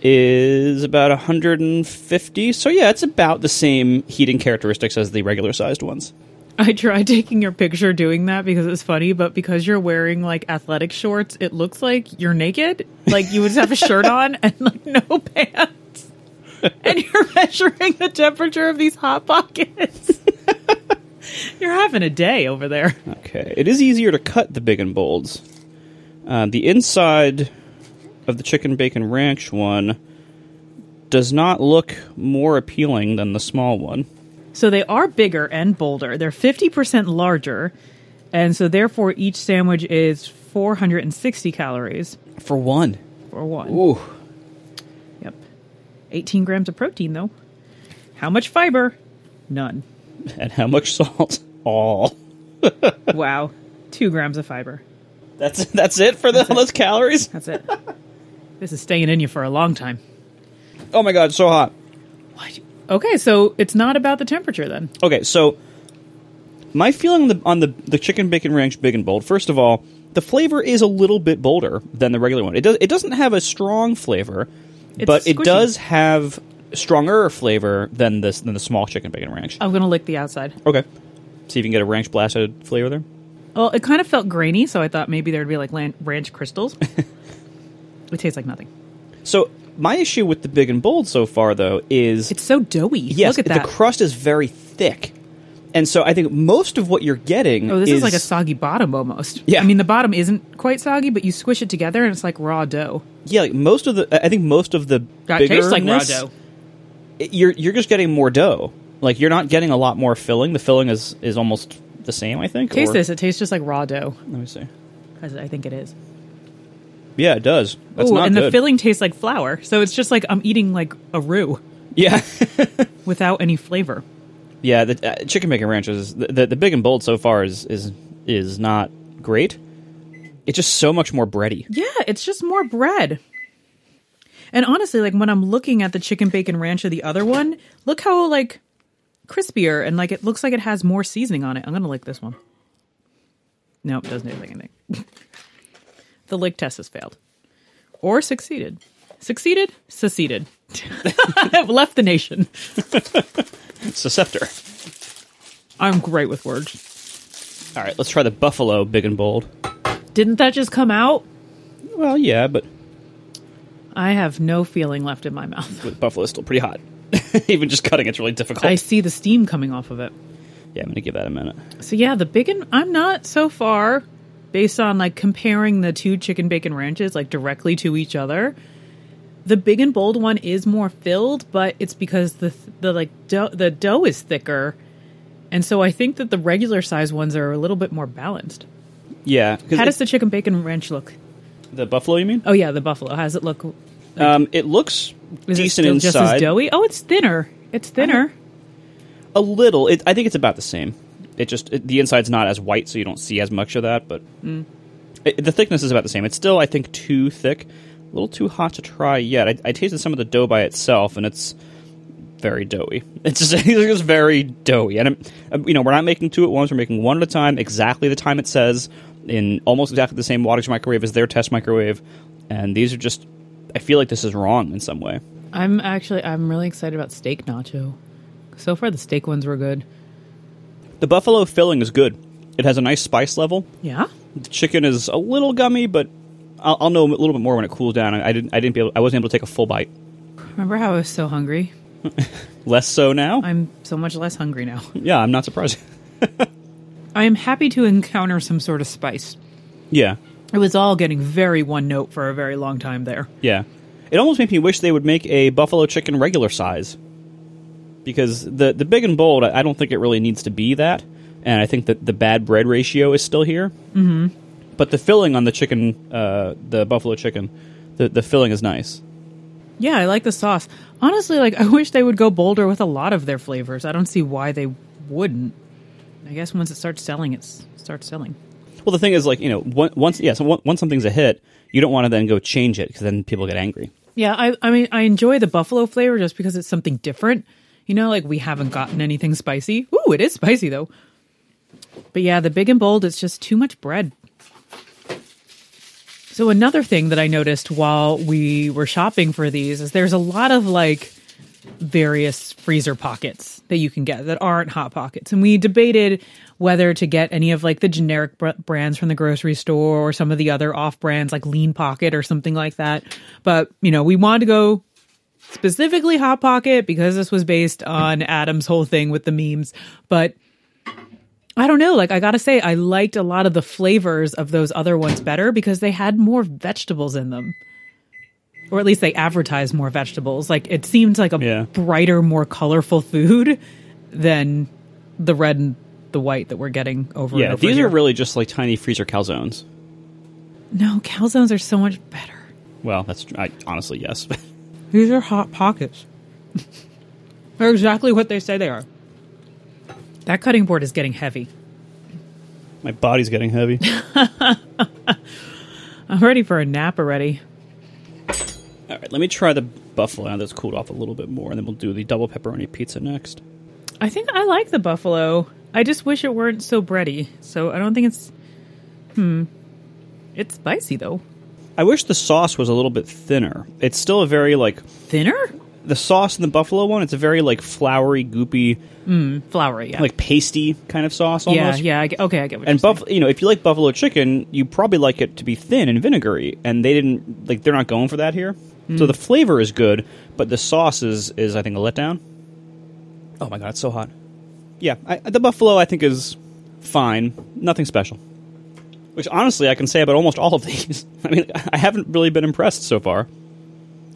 Speaker 2: is about 150 so yeah it's about the same heating characteristics as the regular sized ones
Speaker 1: I tried taking your picture doing that because it's funny, but because you're wearing like athletic shorts, it looks like you're naked. Like you would just have a shirt on and like no pants. And you're measuring the temperature of these hot pockets. you're having a day over there.
Speaker 2: Okay. It is easier to cut the big and bolds. Uh, the inside of the chicken bacon ranch one does not look more appealing than the small one.
Speaker 1: So they are bigger and bolder. They're 50% larger And so, therefore, each sandwich is 460 calories
Speaker 2: for one.
Speaker 1: for one.
Speaker 2: Ooh,
Speaker 1: Yep. 18 grams of protein, though. How much fiber? None.
Speaker 2: and how much salt? All.
Speaker 1: wow. Two grams of fiber.
Speaker 2: That's that's it for the, all those calories.
Speaker 1: That's it. this is staying in you for a long time.
Speaker 2: Oh my god, it's so hot.
Speaker 1: What? Okay, so it's not about the temperature then.
Speaker 2: Okay, so my feeling on the, on the the chicken bacon ranch big and bold. First of all, the flavor is a little bit bolder than the regular one. It does it doesn't have a strong flavor,
Speaker 1: It's
Speaker 2: but it
Speaker 1: squishy.
Speaker 2: does have stronger flavor than this than the small chicken bacon ranch.
Speaker 1: I'm going to lick the outside.
Speaker 2: Okay, see if you can get a ranch blasted flavor there.
Speaker 1: Well, it kind of felt grainy, so I thought maybe there'd be like lan- ranch crystals. it tastes like nothing.
Speaker 2: So my issue with the big and bold so far though is
Speaker 1: It's so doughy.
Speaker 2: yes,
Speaker 1: Look at that.
Speaker 2: the crust is very thick, and so I think most of what you're getting
Speaker 1: oh, this is, like a soggy bottom almost.
Speaker 2: Yeah.
Speaker 1: I mean, the bottom isn't quite soggy, but you squish it together and it's like raw dough.
Speaker 2: yeah like most of the I think most of the
Speaker 1: That tastes like raw
Speaker 2: biggerness-
Speaker 1: dough.
Speaker 2: it- you're you're just getting more dough. Like you're not getting a lot more filling. The filling is is almost the same. I think.
Speaker 1: Taste
Speaker 2: or-
Speaker 1: this. It tastes just like raw dough,
Speaker 2: Let me see.
Speaker 1: as I think it is.
Speaker 2: Yeah, it does. That's
Speaker 1: Ooh,
Speaker 2: not
Speaker 1: and
Speaker 2: good.
Speaker 1: the filling tastes like flour, so it's just like I'm eating like a roux
Speaker 2: yeah,
Speaker 1: without any flavor.
Speaker 2: yeah. The uh, chicken bacon ranch is the, the the big and bold so far is is is not great. It's just so much more bready.
Speaker 1: Yeah, it's just more bread. And honestly, like when I'm looking at the chicken bacon ranch of the other one, look how like crispier and like it looks like it has more seasoning on it. I'm gonna lick this one. Nope, doesn't taste like anything. the lick test has failed. Or succeeded. Succeeded? Seceded. I've left the nation.
Speaker 2: It's a scepter.
Speaker 1: I'm great with words.
Speaker 2: All right, let's try the buffalo big and bold.
Speaker 1: Didn't that just come out?
Speaker 2: Well, yeah, but,
Speaker 1: I have no feeling left in my mouth.
Speaker 2: but buffalo is still pretty hot. Even just cutting it's really difficult.
Speaker 1: I see the steam coming off of it.
Speaker 2: Yeah, I'm gonna give that a minute.
Speaker 1: So yeah, the bacon. I'm not so far based on like comparing the two chicken bacon ranches like directly to each other. The big and bold one is more filled, but it's because the the like dough, the dough is thicker, and so I think that the regular size ones are a little bit more balanced.
Speaker 2: Yeah, 'cause
Speaker 1: How
Speaker 2: it-
Speaker 1: does the chicken bacon ranch look?
Speaker 2: the buffalo you mean?
Speaker 1: Oh yeah, the buffalo. How does it look?
Speaker 2: Um, it looks
Speaker 1: Is
Speaker 2: decent
Speaker 1: it still
Speaker 2: inside. Uh-huh.
Speaker 1: just as doughy? Oh, it's thinner. It's thinner.
Speaker 2: a little. It, I think it's about the same. It just it, the inside's not as white, so you don't see as much of that. But
Speaker 1: Hmm.
Speaker 2: it, the thickness is about the same. It's still, I think, too thick, a little too hot to try yet. I, I tasted some of the dough by itself, and it's very doughy. It's just, it's just very doughy, and I'm, you know we're not making two at once. We're making one at a time, exactly the time it says, in almost exactly the same wattage microwave as their test microwave. And these are just. I feel like this is wrong in some way.
Speaker 1: I'm actually I'm really excited about steak nacho. So far, the steak ones were good.
Speaker 2: The buffalo filling is good. It has a nice spice level.
Speaker 1: Yeah.
Speaker 2: The chicken is a little gummy, but I'll, I'll know a little bit more when it cools down. I, I didn't. I didn't be able. I wasn't able to take a full bite.
Speaker 1: Remember how I was so hungry?
Speaker 2: Less so now.
Speaker 1: I'm so much less hungry now.
Speaker 2: yeah, I'm not surprised.
Speaker 1: I am happy to encounter some sort of spice.
Speaker 2: yeah,
Speaker 1: It was all getting very one note for a very long time there.
Speaker 2: yeah. It almost made me wish they would make a buffalo chicken regular size, because the the big and bold. I I don't think it really needs to be that, and I think that the bad bread ratio is still here. Mm-hmm. But the filling on the chicken, uh, the buffalo chicken, the the filling is nice.
Speaker 1: Yeah, I like the sauce. Honestly, like I wish they would go bolder with a lot of their flavors. I don't see why they wouldn't. I guess once it starts selling, it s- starts selling.
Speaker 2: Well, the thing is, like you know, on- once yeah, so on- once something's a hit, you don't want to then go change it because then people get angry.
Speaker 1: Yeah, I, I mean, I enjoy the buffalo flavor just because it's something different. You know, like we haven't gotten anything spicy. Ooh, it is spicy though. But yeah, the big and bold, it's just too much bread. So another thing that I noticed while we were shopping for these is there's a lot of like various freezer pockets that you can get that aren't hot pockets. And we debated whether to get any of like the generic br- brands from the grocery store or some of the other off brands like Lean Pocket or something like that. But, you know, we wanted to go specifically Hot Pocket because this was based on Adam's whole thing with the memes. But I don't know. Like, I gotta say, I liked a lot of the flavors of those other ones better because they had more vegetables in them. Or at least they advertised more vegetables. Like, it seemed like a
Speaker 2: Yeah.
Speaker 1: brighter, more colorful food than the red and the white that we're getting over. and
Speaker 2: Yeah,
Speaker 1: over
Speaker 2: these
Speaker 1: here.
Speaker 2: are really just like tiny freezer calzones.
Speaker 1: no calzones are so much better.
Speaker 2: Well, that's I, honestly yes.
Speaker 1: These are hot pockets. They're exactly what they say they are. That cutting board is getting heavy.
Speaker 2: My body's getting heavy.
Speaker 1: I'm ready for a nap already.
Speaker 2: All right, let me try the buffalo now that's cooled off a little bit more, and then we'll do the double pepperoni pizza next.
Speaker 1: I think I like the buffalo. I just wish it weren't so bready. So I don't think it's. Hmm. It's spicy though.
Speaker 2: I wish the sauce was a little bit thinner. It's still a very like
Speaker 1: Thinner?
Speaker 2: the sauce in the buffalo one. It's a very like floury, goopy,
Speaker 1: Floury, yeah.
Speaker 2: like pasty kind of sauce
Speaker 1: yeah,
Speaker 2: almost.
Speaker 1: yeah. I get, okay, I get what
Speaker 2: And
Speaker 1: you're saying.
Speaker 2: buff, you know, if you like buffalo chicken, you probably like it to be thin and vinegary. And they didn't like they're not going for that here. So the flavor is good, but the sauce is is I think a letdown. Oh my god, it's so hot. Yeah, I, the buffalo I think is fine, nothing special. Which honestly I can say about almost all of these. I mean, I haven't really been impressed so far.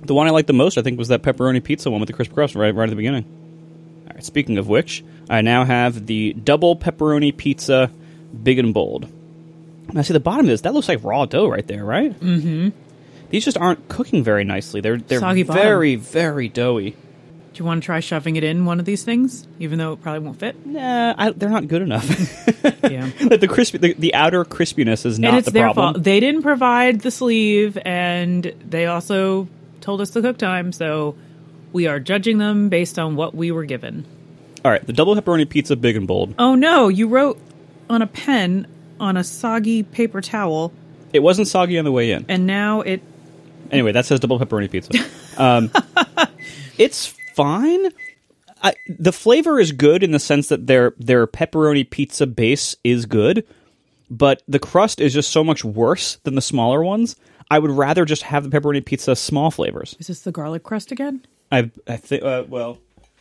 Speaker 2: The one I liked the most, I think, was that pepperoni pizza one with the crisp crust right right at the beginning. All right, speaking of which, I now have the double pepperoni pizza, big and bold. Now, see the bottom of this. That looks like raw dough right there, right? Mm-hmm. These just aren't cooking very nicely. They're they're
Speaker 1: Soggy bottom.
Speaker 2: very very doughy.
Speaker 1: Do you want to try shoving it in one of these things, even though it probably won't fit?
Speaker 2: Nah, I, they're not good enough.
Speaker 1: Yeah.
Speaker 2: like the crispy, the, the outer crispiness is not
Speaker 1: and it's
Speaker 2: the
Speaker 1: their
Speaker 2: problem.
Speaker 1: fault. They didn't provide the sleeve, and they also told us the cook time. So we are judging them based on what we were given.
Speaker 2: All right, the double pepperoni pizza, big and bold.
Speaker 1: Oh no! You wrote on a pen on a soggy paper towel,
Speaker 2: It wasn't soggy on the way in.
Speaker 1: and now it.
Speaker 2: Anyway, that says double pepperoni pizza. Um, it's fine. I, the flavor is good in the sense that their their pepperoni pizza base is good, but the crust is just so much worse than the smaller ones. I would rather just have the pepperoni pizza small flavors.
Speaker 1: Is this the garlic crust again?
Speaker 2: I I think uh, well,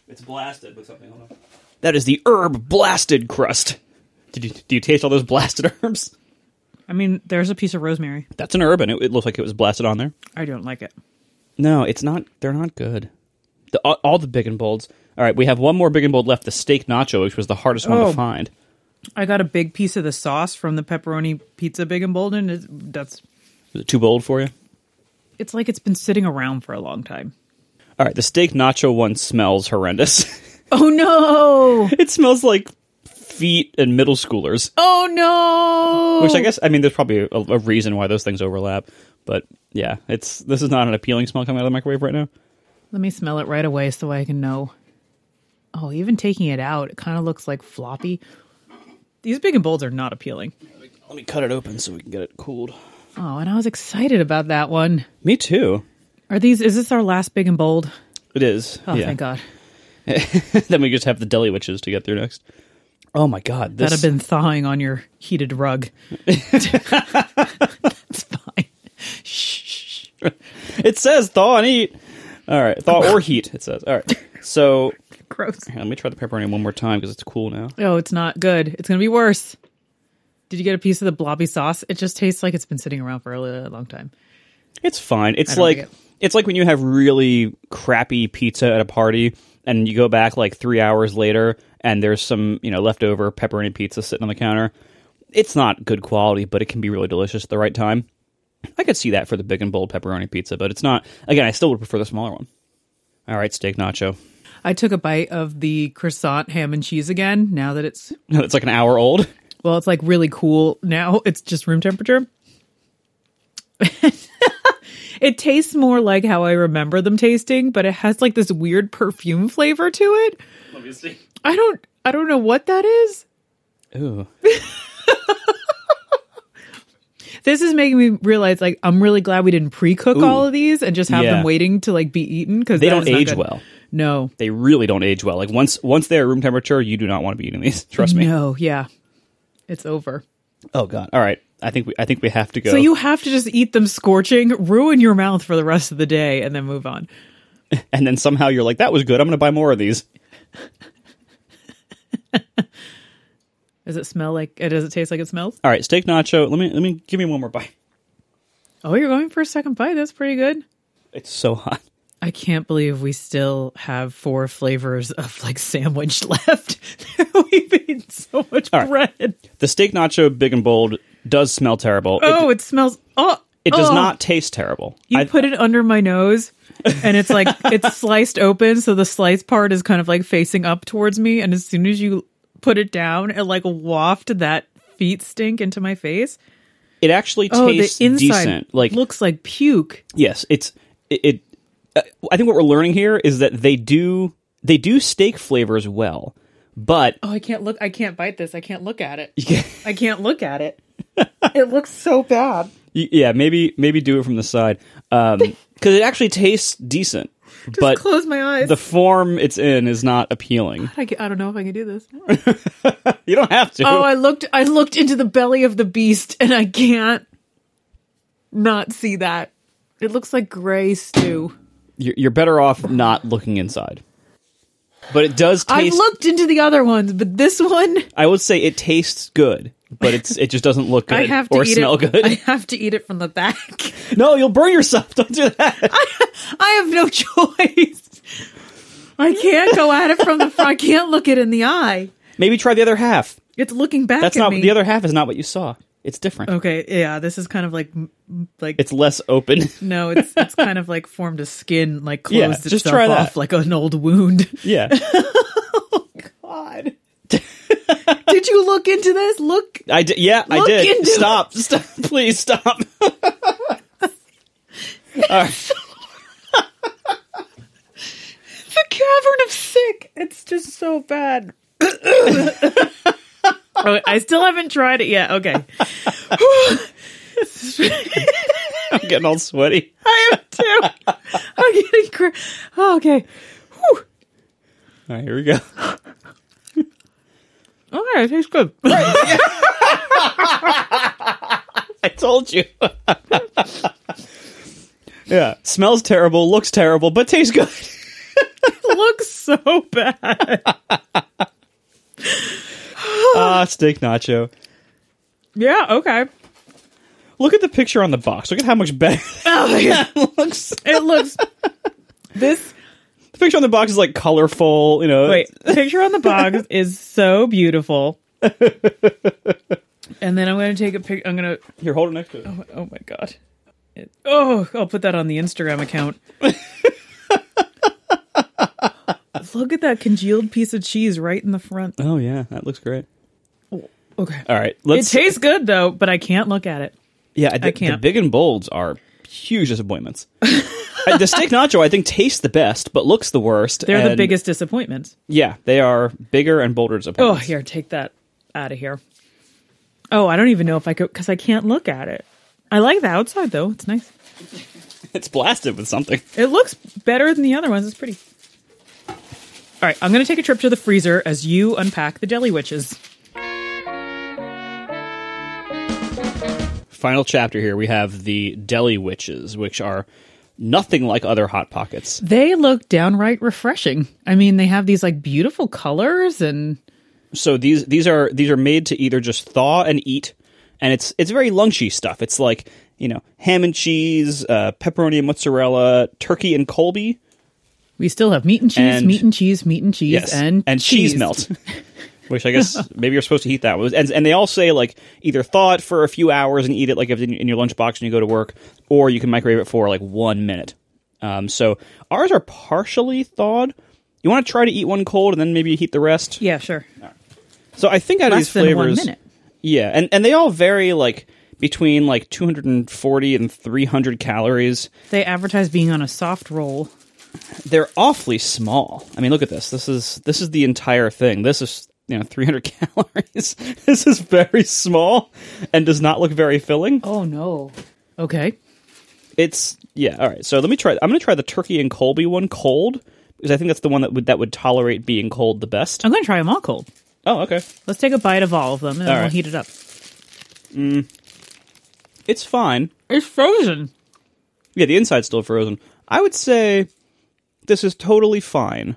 Speaker 2: it's blasted with something. Hold on. That is the herb blasted crust. Did you do you taste all those blasted herbs?
Speaker 1: I mean, there's a piece of rosemary.
Speaker 2: That's an herb, and it, it looks like it was blasted on there.
Speaker 1: I don't like it.
Speaker 2: No, it's not. They're not good. The, all, all the big and bolds. All right, we have one more big and bold left. The steak nacho, which was the hardest one
Speaker 1: Oh.
Speaker 2: to find.
Speaker 1: I got a big piece of the sauce from the pepperoni pizza, big and bold, and it, that's.
Speaker 2: Was it too bold for you?
Speaker 1: It's like it's been sitting around for a long time.
Speaker 2: All right, the steak nacho one smells horrendous.
Speaker 1: Oh no!
Speaker 2: it smells like feet and middle schoolers.
Speaker 1: Oh no!
Speaker 2: Which I guess I mean, there's probably a, a reason why those things overlap. But yeah, it's this is not an appealing smell coming out of the microwave right now.
Speaker 1: Let me smell it right away so I can know. Oh, even taking it out, it kind of looks like floppy. These big and bolds are not appealing.
Speaker 2: Let me cut it open so we can get it cooled.
Speaker 1: Oh, and I was excited about that one.
Speaker 2: Me too.
Speaker 1: Are these? Is this our last big and bold?
Speaker 2: It is.
Speaker 1: Oh,
Speaker 2: yeah.
Speaker 1: thank God.
Speaker 2: then we just have the deli witches to get through next. Oh my god,
Speaker 1: That
Speaker 2: this
Speaker 1: have been thawing on your heated rug. That's fine.
Speaker 2: It says thaw and eat. All right, thaw or heat. It says. All right. So
Speaker 1: Gross.
Speaker 2: here, let me try the pepperoni one more time because it's cool now.
Speaker 1: Oh, it's not good. It's gonna be worse. Did you get a piece of the blobby sauce? It just tastes like it's been sitting around for a li- long time.
Speaker 2: It's fine. It's
Speaker 1: don't
Speaker 2: like
Speaker 1: like it.
Speaker 2: it's like when you have really crappy pizza at a party and you go back like three hours later and there's some you know leftover pepperoni pizza sitting on the counter. It's not good quality, but it can be really delicious at the right time. I could see that for the big and bold pepperoni pizza, but it's not. Again, I still would prefer the smaller one. All right, steak nacho.
Speaker 1: I took a bite of the croissant ham and cheese again. Now that it's
Speaker 2: It's like an hour old.
Speaker 1: well, it's like really cool now. It's just room temperature. it tastes more like how I remember them tasting, but it has like this weird perfume flavor to it.
Speaker 2: Let me see.
Speaker 1: I don't I don't know what that is.
Speaker 2: Ooh.
Speaker 1: This is making me realize like I'm really glad we didn't pre-cook
Speaker 2: Ooh.
Speaker 1: all of these and just have
Speaker 2: Yeah.
Speaker 1: them waiting to like be eaten because
Speaker 2: They don't age well.
Speaker 1: No.
Speaker 2: they really don't age well. Like once once they're room temperature, you do not want to be eating these. Trust me.
Speaker 1: No, yeah. It's over.
Speaker 2: Oh god. All right. I think we I think we have to go.
Speaker 1: So you have to just eat them scorching, ruin your mouth for the rest of the day, and then move on.
Speaker 2: and then somehow you're like, that was good. I'm going to buy more of these.
Speaker 1: Does it smell like it does it taste like it smells?
Speaker 2: All right, steak nacho. Let me let me give me one more bite.
Speaker 1: Oh, you're going for a second bite. That's pretty good.
Speaker 2: It's so hot.
Speaker 1: I can't believe we still have four flavors of like sandwich left. we They've eaten so much
Speaker 2: All right.
Speaker 1: bread.
Speaker 2: The steak nacho, big and bold, does smell terrible.
Speaker 1: Oh,
Speaker 2: it,
Speaker 1: it smells. Oh,
Speaker 2: it does
Speaker 1: oh.
Speaker 2: not taste terrible.
Speaker 1: You
Speaker 2: I,
Speaker 1: put it under my nose, and it's like it's sliced open, so the slice part is kind of like facing up towards me. And as soon as you put it down, it like wafted that feet stink into my face.
Speaker 2: it actually
Speaker 1: Oh,
Speaker 2: tastes
Speaker 1: the inside
Speaker 2: decent. Like
Speaker 1: looks like puke.
Speaker 2: yes, it's it. it uh, I think what we're learning here is that they do they do steak flavors well, but
Speaker 1: Oh, I can't look. I can't bite this. I can't look at it. I can't look at it. it looks so bad.
Speaker 2: Y- Yeah, maybe maybe do it from the side because it actually tastes decent, but
Speaker 1: Close my eyes.
Speaker 2: the form it's in is not appealing.
Speaker 1: I, ca- I don't know if I can do this.
Speaker 2: You don't have to.
Speaker 1: Oh, I looked. I looked into the belly of the beast, and I can't not see that. It looks like gray stew.
Speaker 2: You're you're better off not looking inside. But it does
Speaker 1: I've
Speaker 2: taste.
Speaker 1: looked into the other ones, but this one,
Speaker 2: I would say it tastes good, but it's it just doesn't look good
Speaker 1: I have to
Speaker 2: or
Speaker 1: eat
Speaker 2: smell
Speaker 1: it.
Speaker 2: good.
Speaker 1: I have to eat it from the back.
Speaker 2: no, you'll burn yourself. Don't do that.
Speaker 1: I have no choice. I can't go at it from the front. I can't look it in the eye.
Speaker 2: Maybe try the other half.
Speaker 1: It's looking back
Speaker 2: That's
Speaker 1: at
Speaker 2: not
Speaker 1: me. Oh.
Speaker 2: the other half is not what you saw. It's different.
Speaker 1: Okay, yeah, this is kind of like like
Speaker 2: It's less open.
Speaker 1: no, it's it's kind of like formed a skin, like closed
Speaker 2: Yeah,
Speaker 1: itself
Speaker 2: just try that.
Speaker 1: off like an old wound.
Speaker 2: yeah.
Speaker 1: God. Did you look into this? Look,
Speaker 2: I did. Yeah, I
Speaker 1: Look
Speaker 2: did.
Speaker 1: into-
Speaker 2: Stop. Stop. Please stop.
Speaker 1: the cavern of sick. It's just so bad. oh, I still haven't tried it yet. Okay.
Speaker 2: I'm getting all sweaty.
Speaker 1: I am too. I'm getting cra- oh, okay. Whew.
Speaker 2: All right, here we go.
Speaker 1: All right, it tastes good.
Speaker 2: I told you. yeah, smells terrible, looks terrible, but tastes good.
Speaker 1: It looks so bad.
Speaker 2: Ah, steak nacho.
Speaker 1: Yeah, okay.
Speaker 2: Look at the picture on the box. Look at how much better
Speaker 1: Oh my God.
Speaker 2: it looks.
Speaker 1: It looks this
Speaker 2: The picture on the box is like colorful, you know.
Speaker 1: wait, the picture on the box is so beautiful. And then I'm going to take a pic I'm going to
Speaker 2: Here, hold it next to it.
Speaker 1: Oh my god. It, oh, I'll put that on the Instagram account. Look at that congealed piece of cheese right in the front.
Speaker 2: Oh, yeah, that looks great.
Speaker 1: Okay.
Speaker 2: All right,
Speaker 1: It
Speaker 2: let's.
Speaker 1: tastes good though, but I can't look at it.
Speaker 2: yeah, the,
Speaker 1: can't.
Speaker 2: the big and bolds are huge disappointments. Uh, the steak nacho, I think, tastes the best, but looks the worst.
Speaker 1: They're the
Speaker 2: and-
Speaker 1: biggest disappointments.
Speaker 2: Yeah, they are bigger and bolder
Speaker 1: Oh,
Speaker 2: disappointments.
Speaker 1: here, take that out of here. Oh, I don't even know if I could because I can't look at it. I like the outside though; it's nice.
Speaker 2: It's blasted with something.
Speaker 1: It looks better than the other ones. It's pretty. All right, I'm going to take a trip to the freezer as you unpack the jelly witches.
Speaker 2: final chapter here we have the deli witches which are nothing like other hot pockets
Speaker 1: They look downright refreshing. I mean, they have these like beautiful colors and
Speaker 2: so these these are these are made to either just thaw and eat and it's it's very lunchy stuff it's like you know ham and cheese uh, pepperoni and mozzarella turkey and colby
Speaker 1: we still have meat and cheese,
Speaker 2: And-
Speaker 1: meat and cheese, meat and cheese,
Speaker 2: yes
Speaker 1: and
Speaker 2: cheese melt which i guess maybe you're supposed to eat that and, and they all say like either thaw it for a few hours and eat it like if in in your lunchbox and you go to work or you can microwave it for like one minute um, so ours are partially thawed you want to try to eat one cold and then maybe heat the rest
Speaker 1: Yeah, sure.
Speaker 2: so i think out of
Speaker 1: Less
Speaker 2: these
Speaker 1: than one
Speaker 2: flavors
Speaker 1: minute.
Speaker 2: yeah and, and they all vary like between like 240 and 300 calories
Speaker 1: They advertise being on a soft roll.
Speaker 2: they're awfully small. I mean, look at this. This is this is the entire thing. This is you know 300 calories. this is very small and does not look very filling.
Speaker 1: Oh no. Okay.
Speaker 2: It's yeah. All right. So let me try. I'm going to try the turkey and Colby one cold because I think that's the one that would that would tolerate being cold the best.
Speaker 1: I'm going to try them all cold.
Speaker 2: Oh, okay.
Speaker 1: Let's take a bite of all of them and then
Speaker 2: All
Speaker 1: we'll
Speaker 2: right.
Speaker 1: heat it up.
Speaker 2: It's fine.
Speaker 1: It's frozen.
Speaker 2: Yeah, the inside's still frozen. I would say this is totally fine.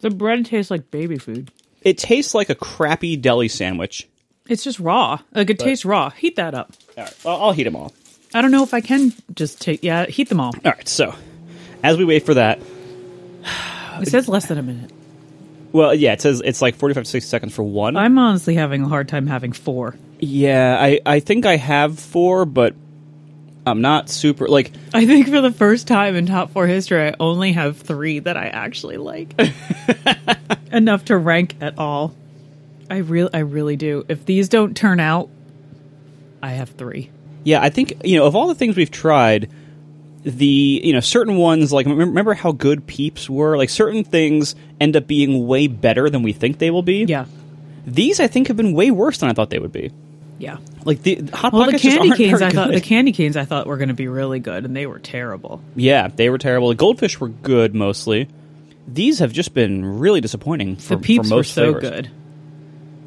Speaker 1: The bread tastes like baby food.
Speaker 2: It tastes like a crappy deli sandwich.
Speaker 1: It's just raw. Like it tastes raw. Heat that up.
Speaker 2: All right. Well, I'll heat them all.
Speaker 1: I don't know if I can just take yeah, heat them all.
Speaker 2: All right. So as we wait for that.
Speaker 1: It says less than a minute.
Speaker 2: Well, yeah, it says it's like 45 to 60 seconds for one.
Speaker 1: I'm honestly having a hard time having four.
Speaker 2: yeah, I, I think I have four, but I'm not super. Like,
Speaker 1: I think for the first time in top four history, I only have three that I actually like enough to rank at all. I really, I really do. If these don't turn out, I have three.
Speaker 2: yeah, I think, you know, of all the things we've tried, the, you know, certain ones, like, remem- remember how good peeps were? Like, certain things end up being way better than we think they will be.
Speaker 1: Yeah,
Speaker 2: These, I think, have been way worse than I thought they would be.
Speaker 1: yeah.
Speaker 2: Like, the Hot
Speaker 1: Well, the
Speaker 2: Pockets just
Speaker 1: candy
Speaker 2: aren't
Speaker 1: canes,
Speaker 2: very
Speaker 1: I thought
Speaker 2: good.
Speaker 1: the candy canes, I thought were going to be really good, and they were terrible.
Speaker 2: Yeah, they were terrible. The goldfish were good mostly. These have just been really disappointing for,
Speaker 1: The peeps
Speaker 2: for
Speaker 1: were
Speaker 2: most
Speaker 1: so
Speaker 2: flavors.
Speaker 1: good.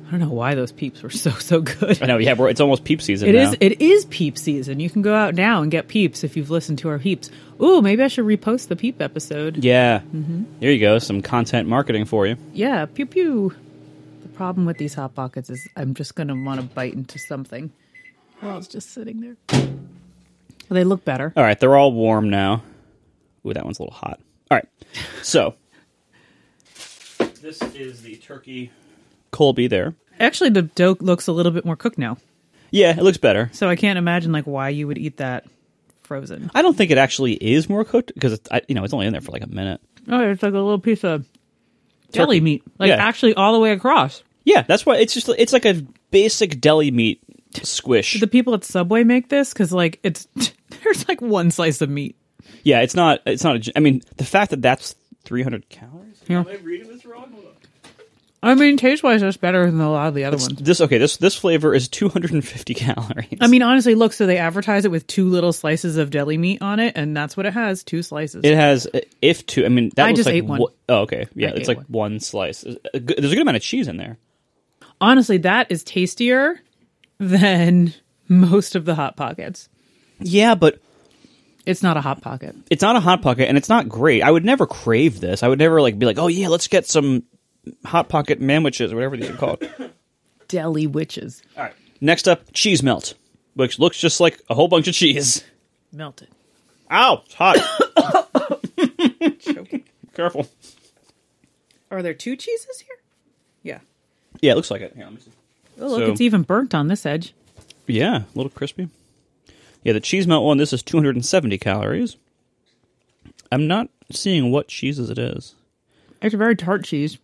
Speaker 1: I don't know why those peeps were so so good.
Speaker 2: I know. Yeah, we're, it's almost peep season
Speaker 1: It
Speaker 2: now.
Speaker 1: is it is peep season. You can go out now and get peeps if you've listened to our peeps. Ooh, maybe I should repost the peep episode.
Speaker 2: yeah.
Speaker 1: Mm-hmm.
Speaker 2: There you go. Some content marketing for you.
Speaker 1: Yeah, pew pew. The problem with these hot pockets is I'm just gonna want to bite into something while it's just sitting there. They look better.
Speaker 2: All right, they're all warm now. Ooh, that one's a little hot. All right, so this is the turkey Colby there.
Speaker 1: Actually, the dough looks a little bit more cooked now,
Speaker 2: Yeah, it looks better.
Speaker 1: so I can't imagine like why you would eat that frozen.
Speaker 2: I don't think it actually is more cooked because you know it's only in there for like a minute.
Speaker 1: Oh, it's like a little piece of deli
Speaker 2: Turkey.
Speaker 1: meat, like
Speaker 2: Yeah.
Speaker 1: actually all the way across.
Speaker 2: Yeah, that's why it's just it's like a basic deli meat squish.
Speaker 1: The people at Subway make this because like it's there's like one slice of meat.
Speaker 2: Yeah, it's not. It's not. A, gi- I mean, the fact that that's 300 calories.
Speaker 1: Yeah.
Speaker 2: Am I reading this wrong? Hold on.
Speaker 1: I mean, taste wise, that's better than a lot of the other ones.
Speaker 2: This okay. This this flavor is 250 calories.
Speaker 1: I mean, honestly, look, so they advertise it with two little slices of deli meat on it, and that's what it has two slices.
Speaker 2: it has uh, if two. I mean, that
Speaker 1: I
Speaker 2: looks
Speaker 1: just
Speaker 2: like
Speaker 1: ate one.
Speaker 2: wo- oh, okay. Yeah,
Speaker 1: I
Speaker 2: it's
Speaker 1: ate
Speaker 2: like
Speaker 1: one.
Speaker 2: one, slice. There's a good there's a good amount of cheese in there.
Speaker 1: honestly, that is tastier than most of the Hot Pockets.
Speaker 2: Yeah, but
Speaker 1: It's not a Hot Pocket.
Speaker 2: it's not a hot pocket, and it's not great. I would never crave this. I would never like be like, oh yeah, let's get some hot pocket manwiches, whatever these are called.
Speaker 1: Deli witches.
Speaker 2: All right. Next up, cheese melt, which looks just like a whole bunch of cheese.
Speaker 1: Melted.
Speaker 2: Ow, it's hot. Careful.
Speaker 1: Are there two cheeses here? Yeah.
Speaker 2: Yeah, it looks like it. Here, let me see.
Speaker 1: Oh, look,
Speaker 2: So-
Speaker 1: it's even burnt on this edge.
Speaker 2: Yeah, a little crispy. Yeah, the cheese melt one, this is 270 calories. I'm not seeing what cheeses it is.
Speaker 1: It's very tart cheese.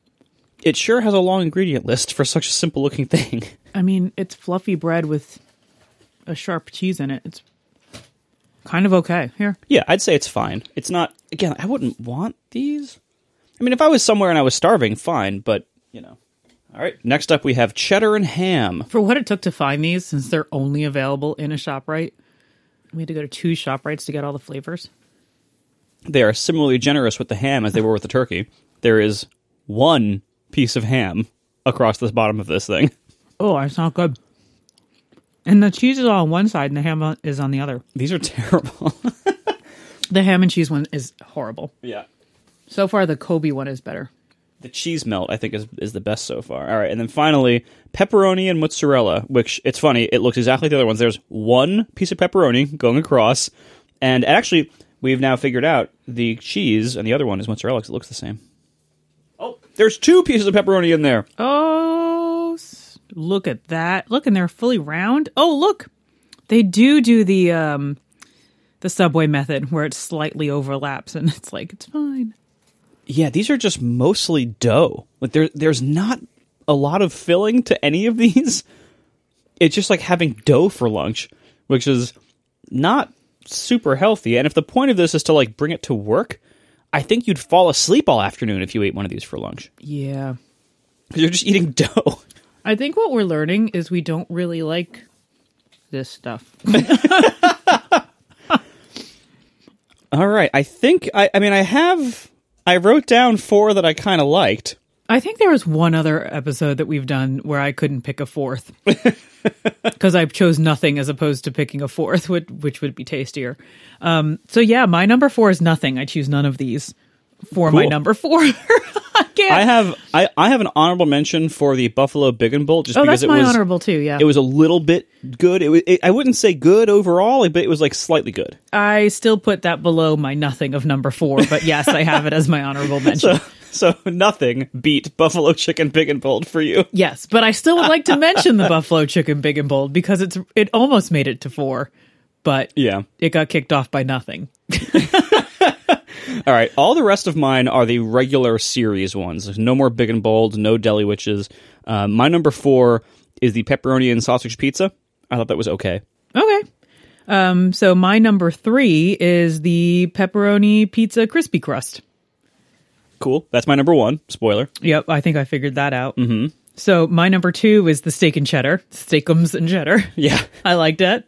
Speaker 2: It sure has a long ingredient list for such a simple looking thing.
Speaker 1: I mean, it's fluffy bread with a sharp cheese in it. It's kind of okay. Here.
Speaker 2: Yeah, I'd say it's fine. It's not, again, I wouldn't want these. I mean, if I was somewhere and I was starving, fine, but, you know. All right, next up we have cheddar and ham.
Speaker 1: for what it took to find these, since they're only available in a ShopRite, we had to go to two ShopRites to get all the flavors.
Speaker 2: They are similarly generous with the ham as they were with the turkey. There is one piece of ham across the bottom of this thing.
Speaker 1: Oh, it's not good. And the cheese is all on one side and the ham on- is on the other.
Speaker 2: These are terrible.
Speaker 1: The ham and cheese one is horrible.
Speaker 2: Yeah.
Speaker 1: So far, the Kobe one is better.
Speaker 2: the cheese melt I think is is the best so far. All right, and then finally pepperoni and mozzarella, which it's funny, it looks exactly like the other ones. There's one piece of pepperoni going across, and actually we've now figured out the cheese and the other one is mozzarella 'cause it looks the same. Oh, there's two pieces of pepperoni in there.
Speaker 1: Oh, s- look at that. Look, and they're fully round. Oh, look. They do do the um the subway method where it slightly overlaps and it's like it's fine.
Speaker 2: Yeah, these are just mostly dough. Like there there's not a lot of filling to any of these. It's just like having dough for lunch, which is not super healthy. And if the point of this is to like bring it to work, I think you'd fall asleep all afternoon if you ate one of these for lunch.
Speaker 1: Yeah.
Speaker 2: Cuz you're just eating dough.
Speaker 1: I think what we're learning is we don't really like this stuff.
Speaker 2: All right, I think I I mean I have I wrote down four that I kind of liked.
Speaker 1: I think there was one other episode that we've done where I couldn't pick a fourth because I chose nothing as opposed to picking a fourth, which, which would be tastier. Um, so yeah, my number four is nothing. I choose none of these for my
Speaker 2: Cool.
Speaker 1: number four. I can't.
Speaker 2: I have I, I have an honorable mention for the Buffalo Big and Bowl just
Speaker 1: oh,
Speaker 2: because
Speaker 1: that's
Speaker 2: it
Speaker 1: my
Speaker 2: was
Speaker 1: honorable too. Yeah,
Speaker 2: it was a little bit good. It, wa- it I wouldn't say good overall, but it was like slightly good.
Speaker 1: I still put that below my nothing of number four, but yes, I have it as my honorable mention.
Speaker 2: So, So nothing beat buffalo chicken big and bold for you.
Speaker 1: Yes, but I still would like to mention the buffalo chicken big and bold because it's it almost made it to 4, but
Speaker 2: Yeah.
Speaker 1: it got kicked off by nothing.
Speaker 2: All right. All the rest of mine are the regular series ones. There's no more big and bold, no deli witches. Uh, my number four is the pepperoni and sausage pizza. I thought that was okay.
Speaker 1: Okay. Um so my number 3 is the pepperoni pizza crispy crust.
Speaker 2: Cool. That's my number one. Spoiler.
Speaker 1: Yep, I think I figured that out. Mm-hmm. So my number 2 is the steak and cheddar, steakums and cheddar.
Speaker 2: Yeah.
Speaker 1: I liked it.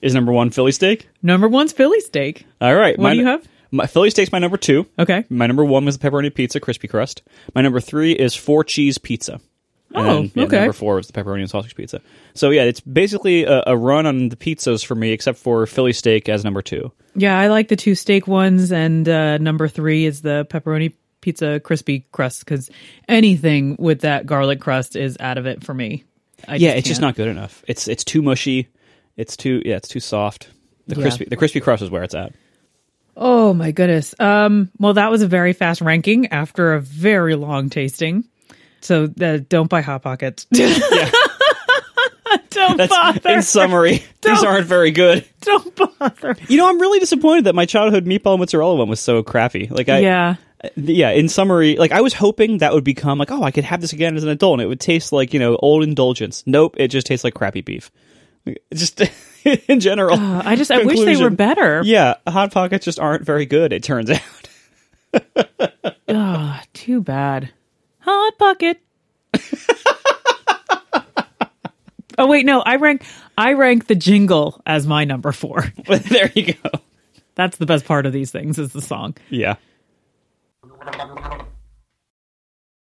Speaker 2: Is number one Philly steak?
Speaker 1: Number 1's Philly steak.
Speaker 2: All right.
Speaker 1: What
Speaker 2: my-
Speaker 1: do you have?
Speaker 2: My, Philly steak's my number two.
Speaker 1: Okay.
Speaker 2: My number one was the pepperoni pizza, crispy crust. My number three is four cheese pizza.
Speaker 1: Oh,
Speaker 2: yeah,
Speaker 1: okay.
Speaker 2: Number four was the pepperoni and sausage pizza. So yeah, it's basically a, a run on the pizzas for me, except for Philly steak as number two.
Speaker 1: Yeah, I like the two steak ones, and uh, number three is the pepperoni pizza crispy crust because anything with that garlic crust is out of it for me. I
Speaker 2: Yeah, it's just
Speaker 1: can't.
Speaker 2: not good enough. It's it's too mushy. It's too yeah, it's too soft. The
Speaker 1: Yeah.
Speaker 2: crispy the crispy crust is where it's at.
Speaker 1: Oh my goodness. Um. Well, that was a very fast ranking after a very long tasting. So uh, don't buy hot pockets. don't
Speaker 2: That's
Speaker 1: bother.
Speaker 2: in summary. these
Speaker 1: Don't-
Speaker 2: aren't very good.
Speaker 1: don't bother.
Speaker 2: You know, I'm really disappointed that my childhood meatball mozzarella one was so crappy. Like I
Speaker 1: yeah.
Speaker 2: yeah, in summary, like I was hoping that would become like, oh, I could have this again as an adult and it would taste like, you know, old indulgence. Nope, it just tastes like crappy beef. Like, Just in general.
Speaker 1: Uh, I just I wish they were
Speaker 2: Conclusion.
Speaker 1: better.
Speaker 2: Yeah, hot pockets just aren't very good, it turns out.
Speaker 1: Ah, too bad. Hot pocket. oh wait, no, I rank I rank the jingle as my number four.
Speaker 2: But there you go.
Speaker 1: That's the best part of these things is the song.
Speaker 2: Yeah.
Speaker 3: Thank you.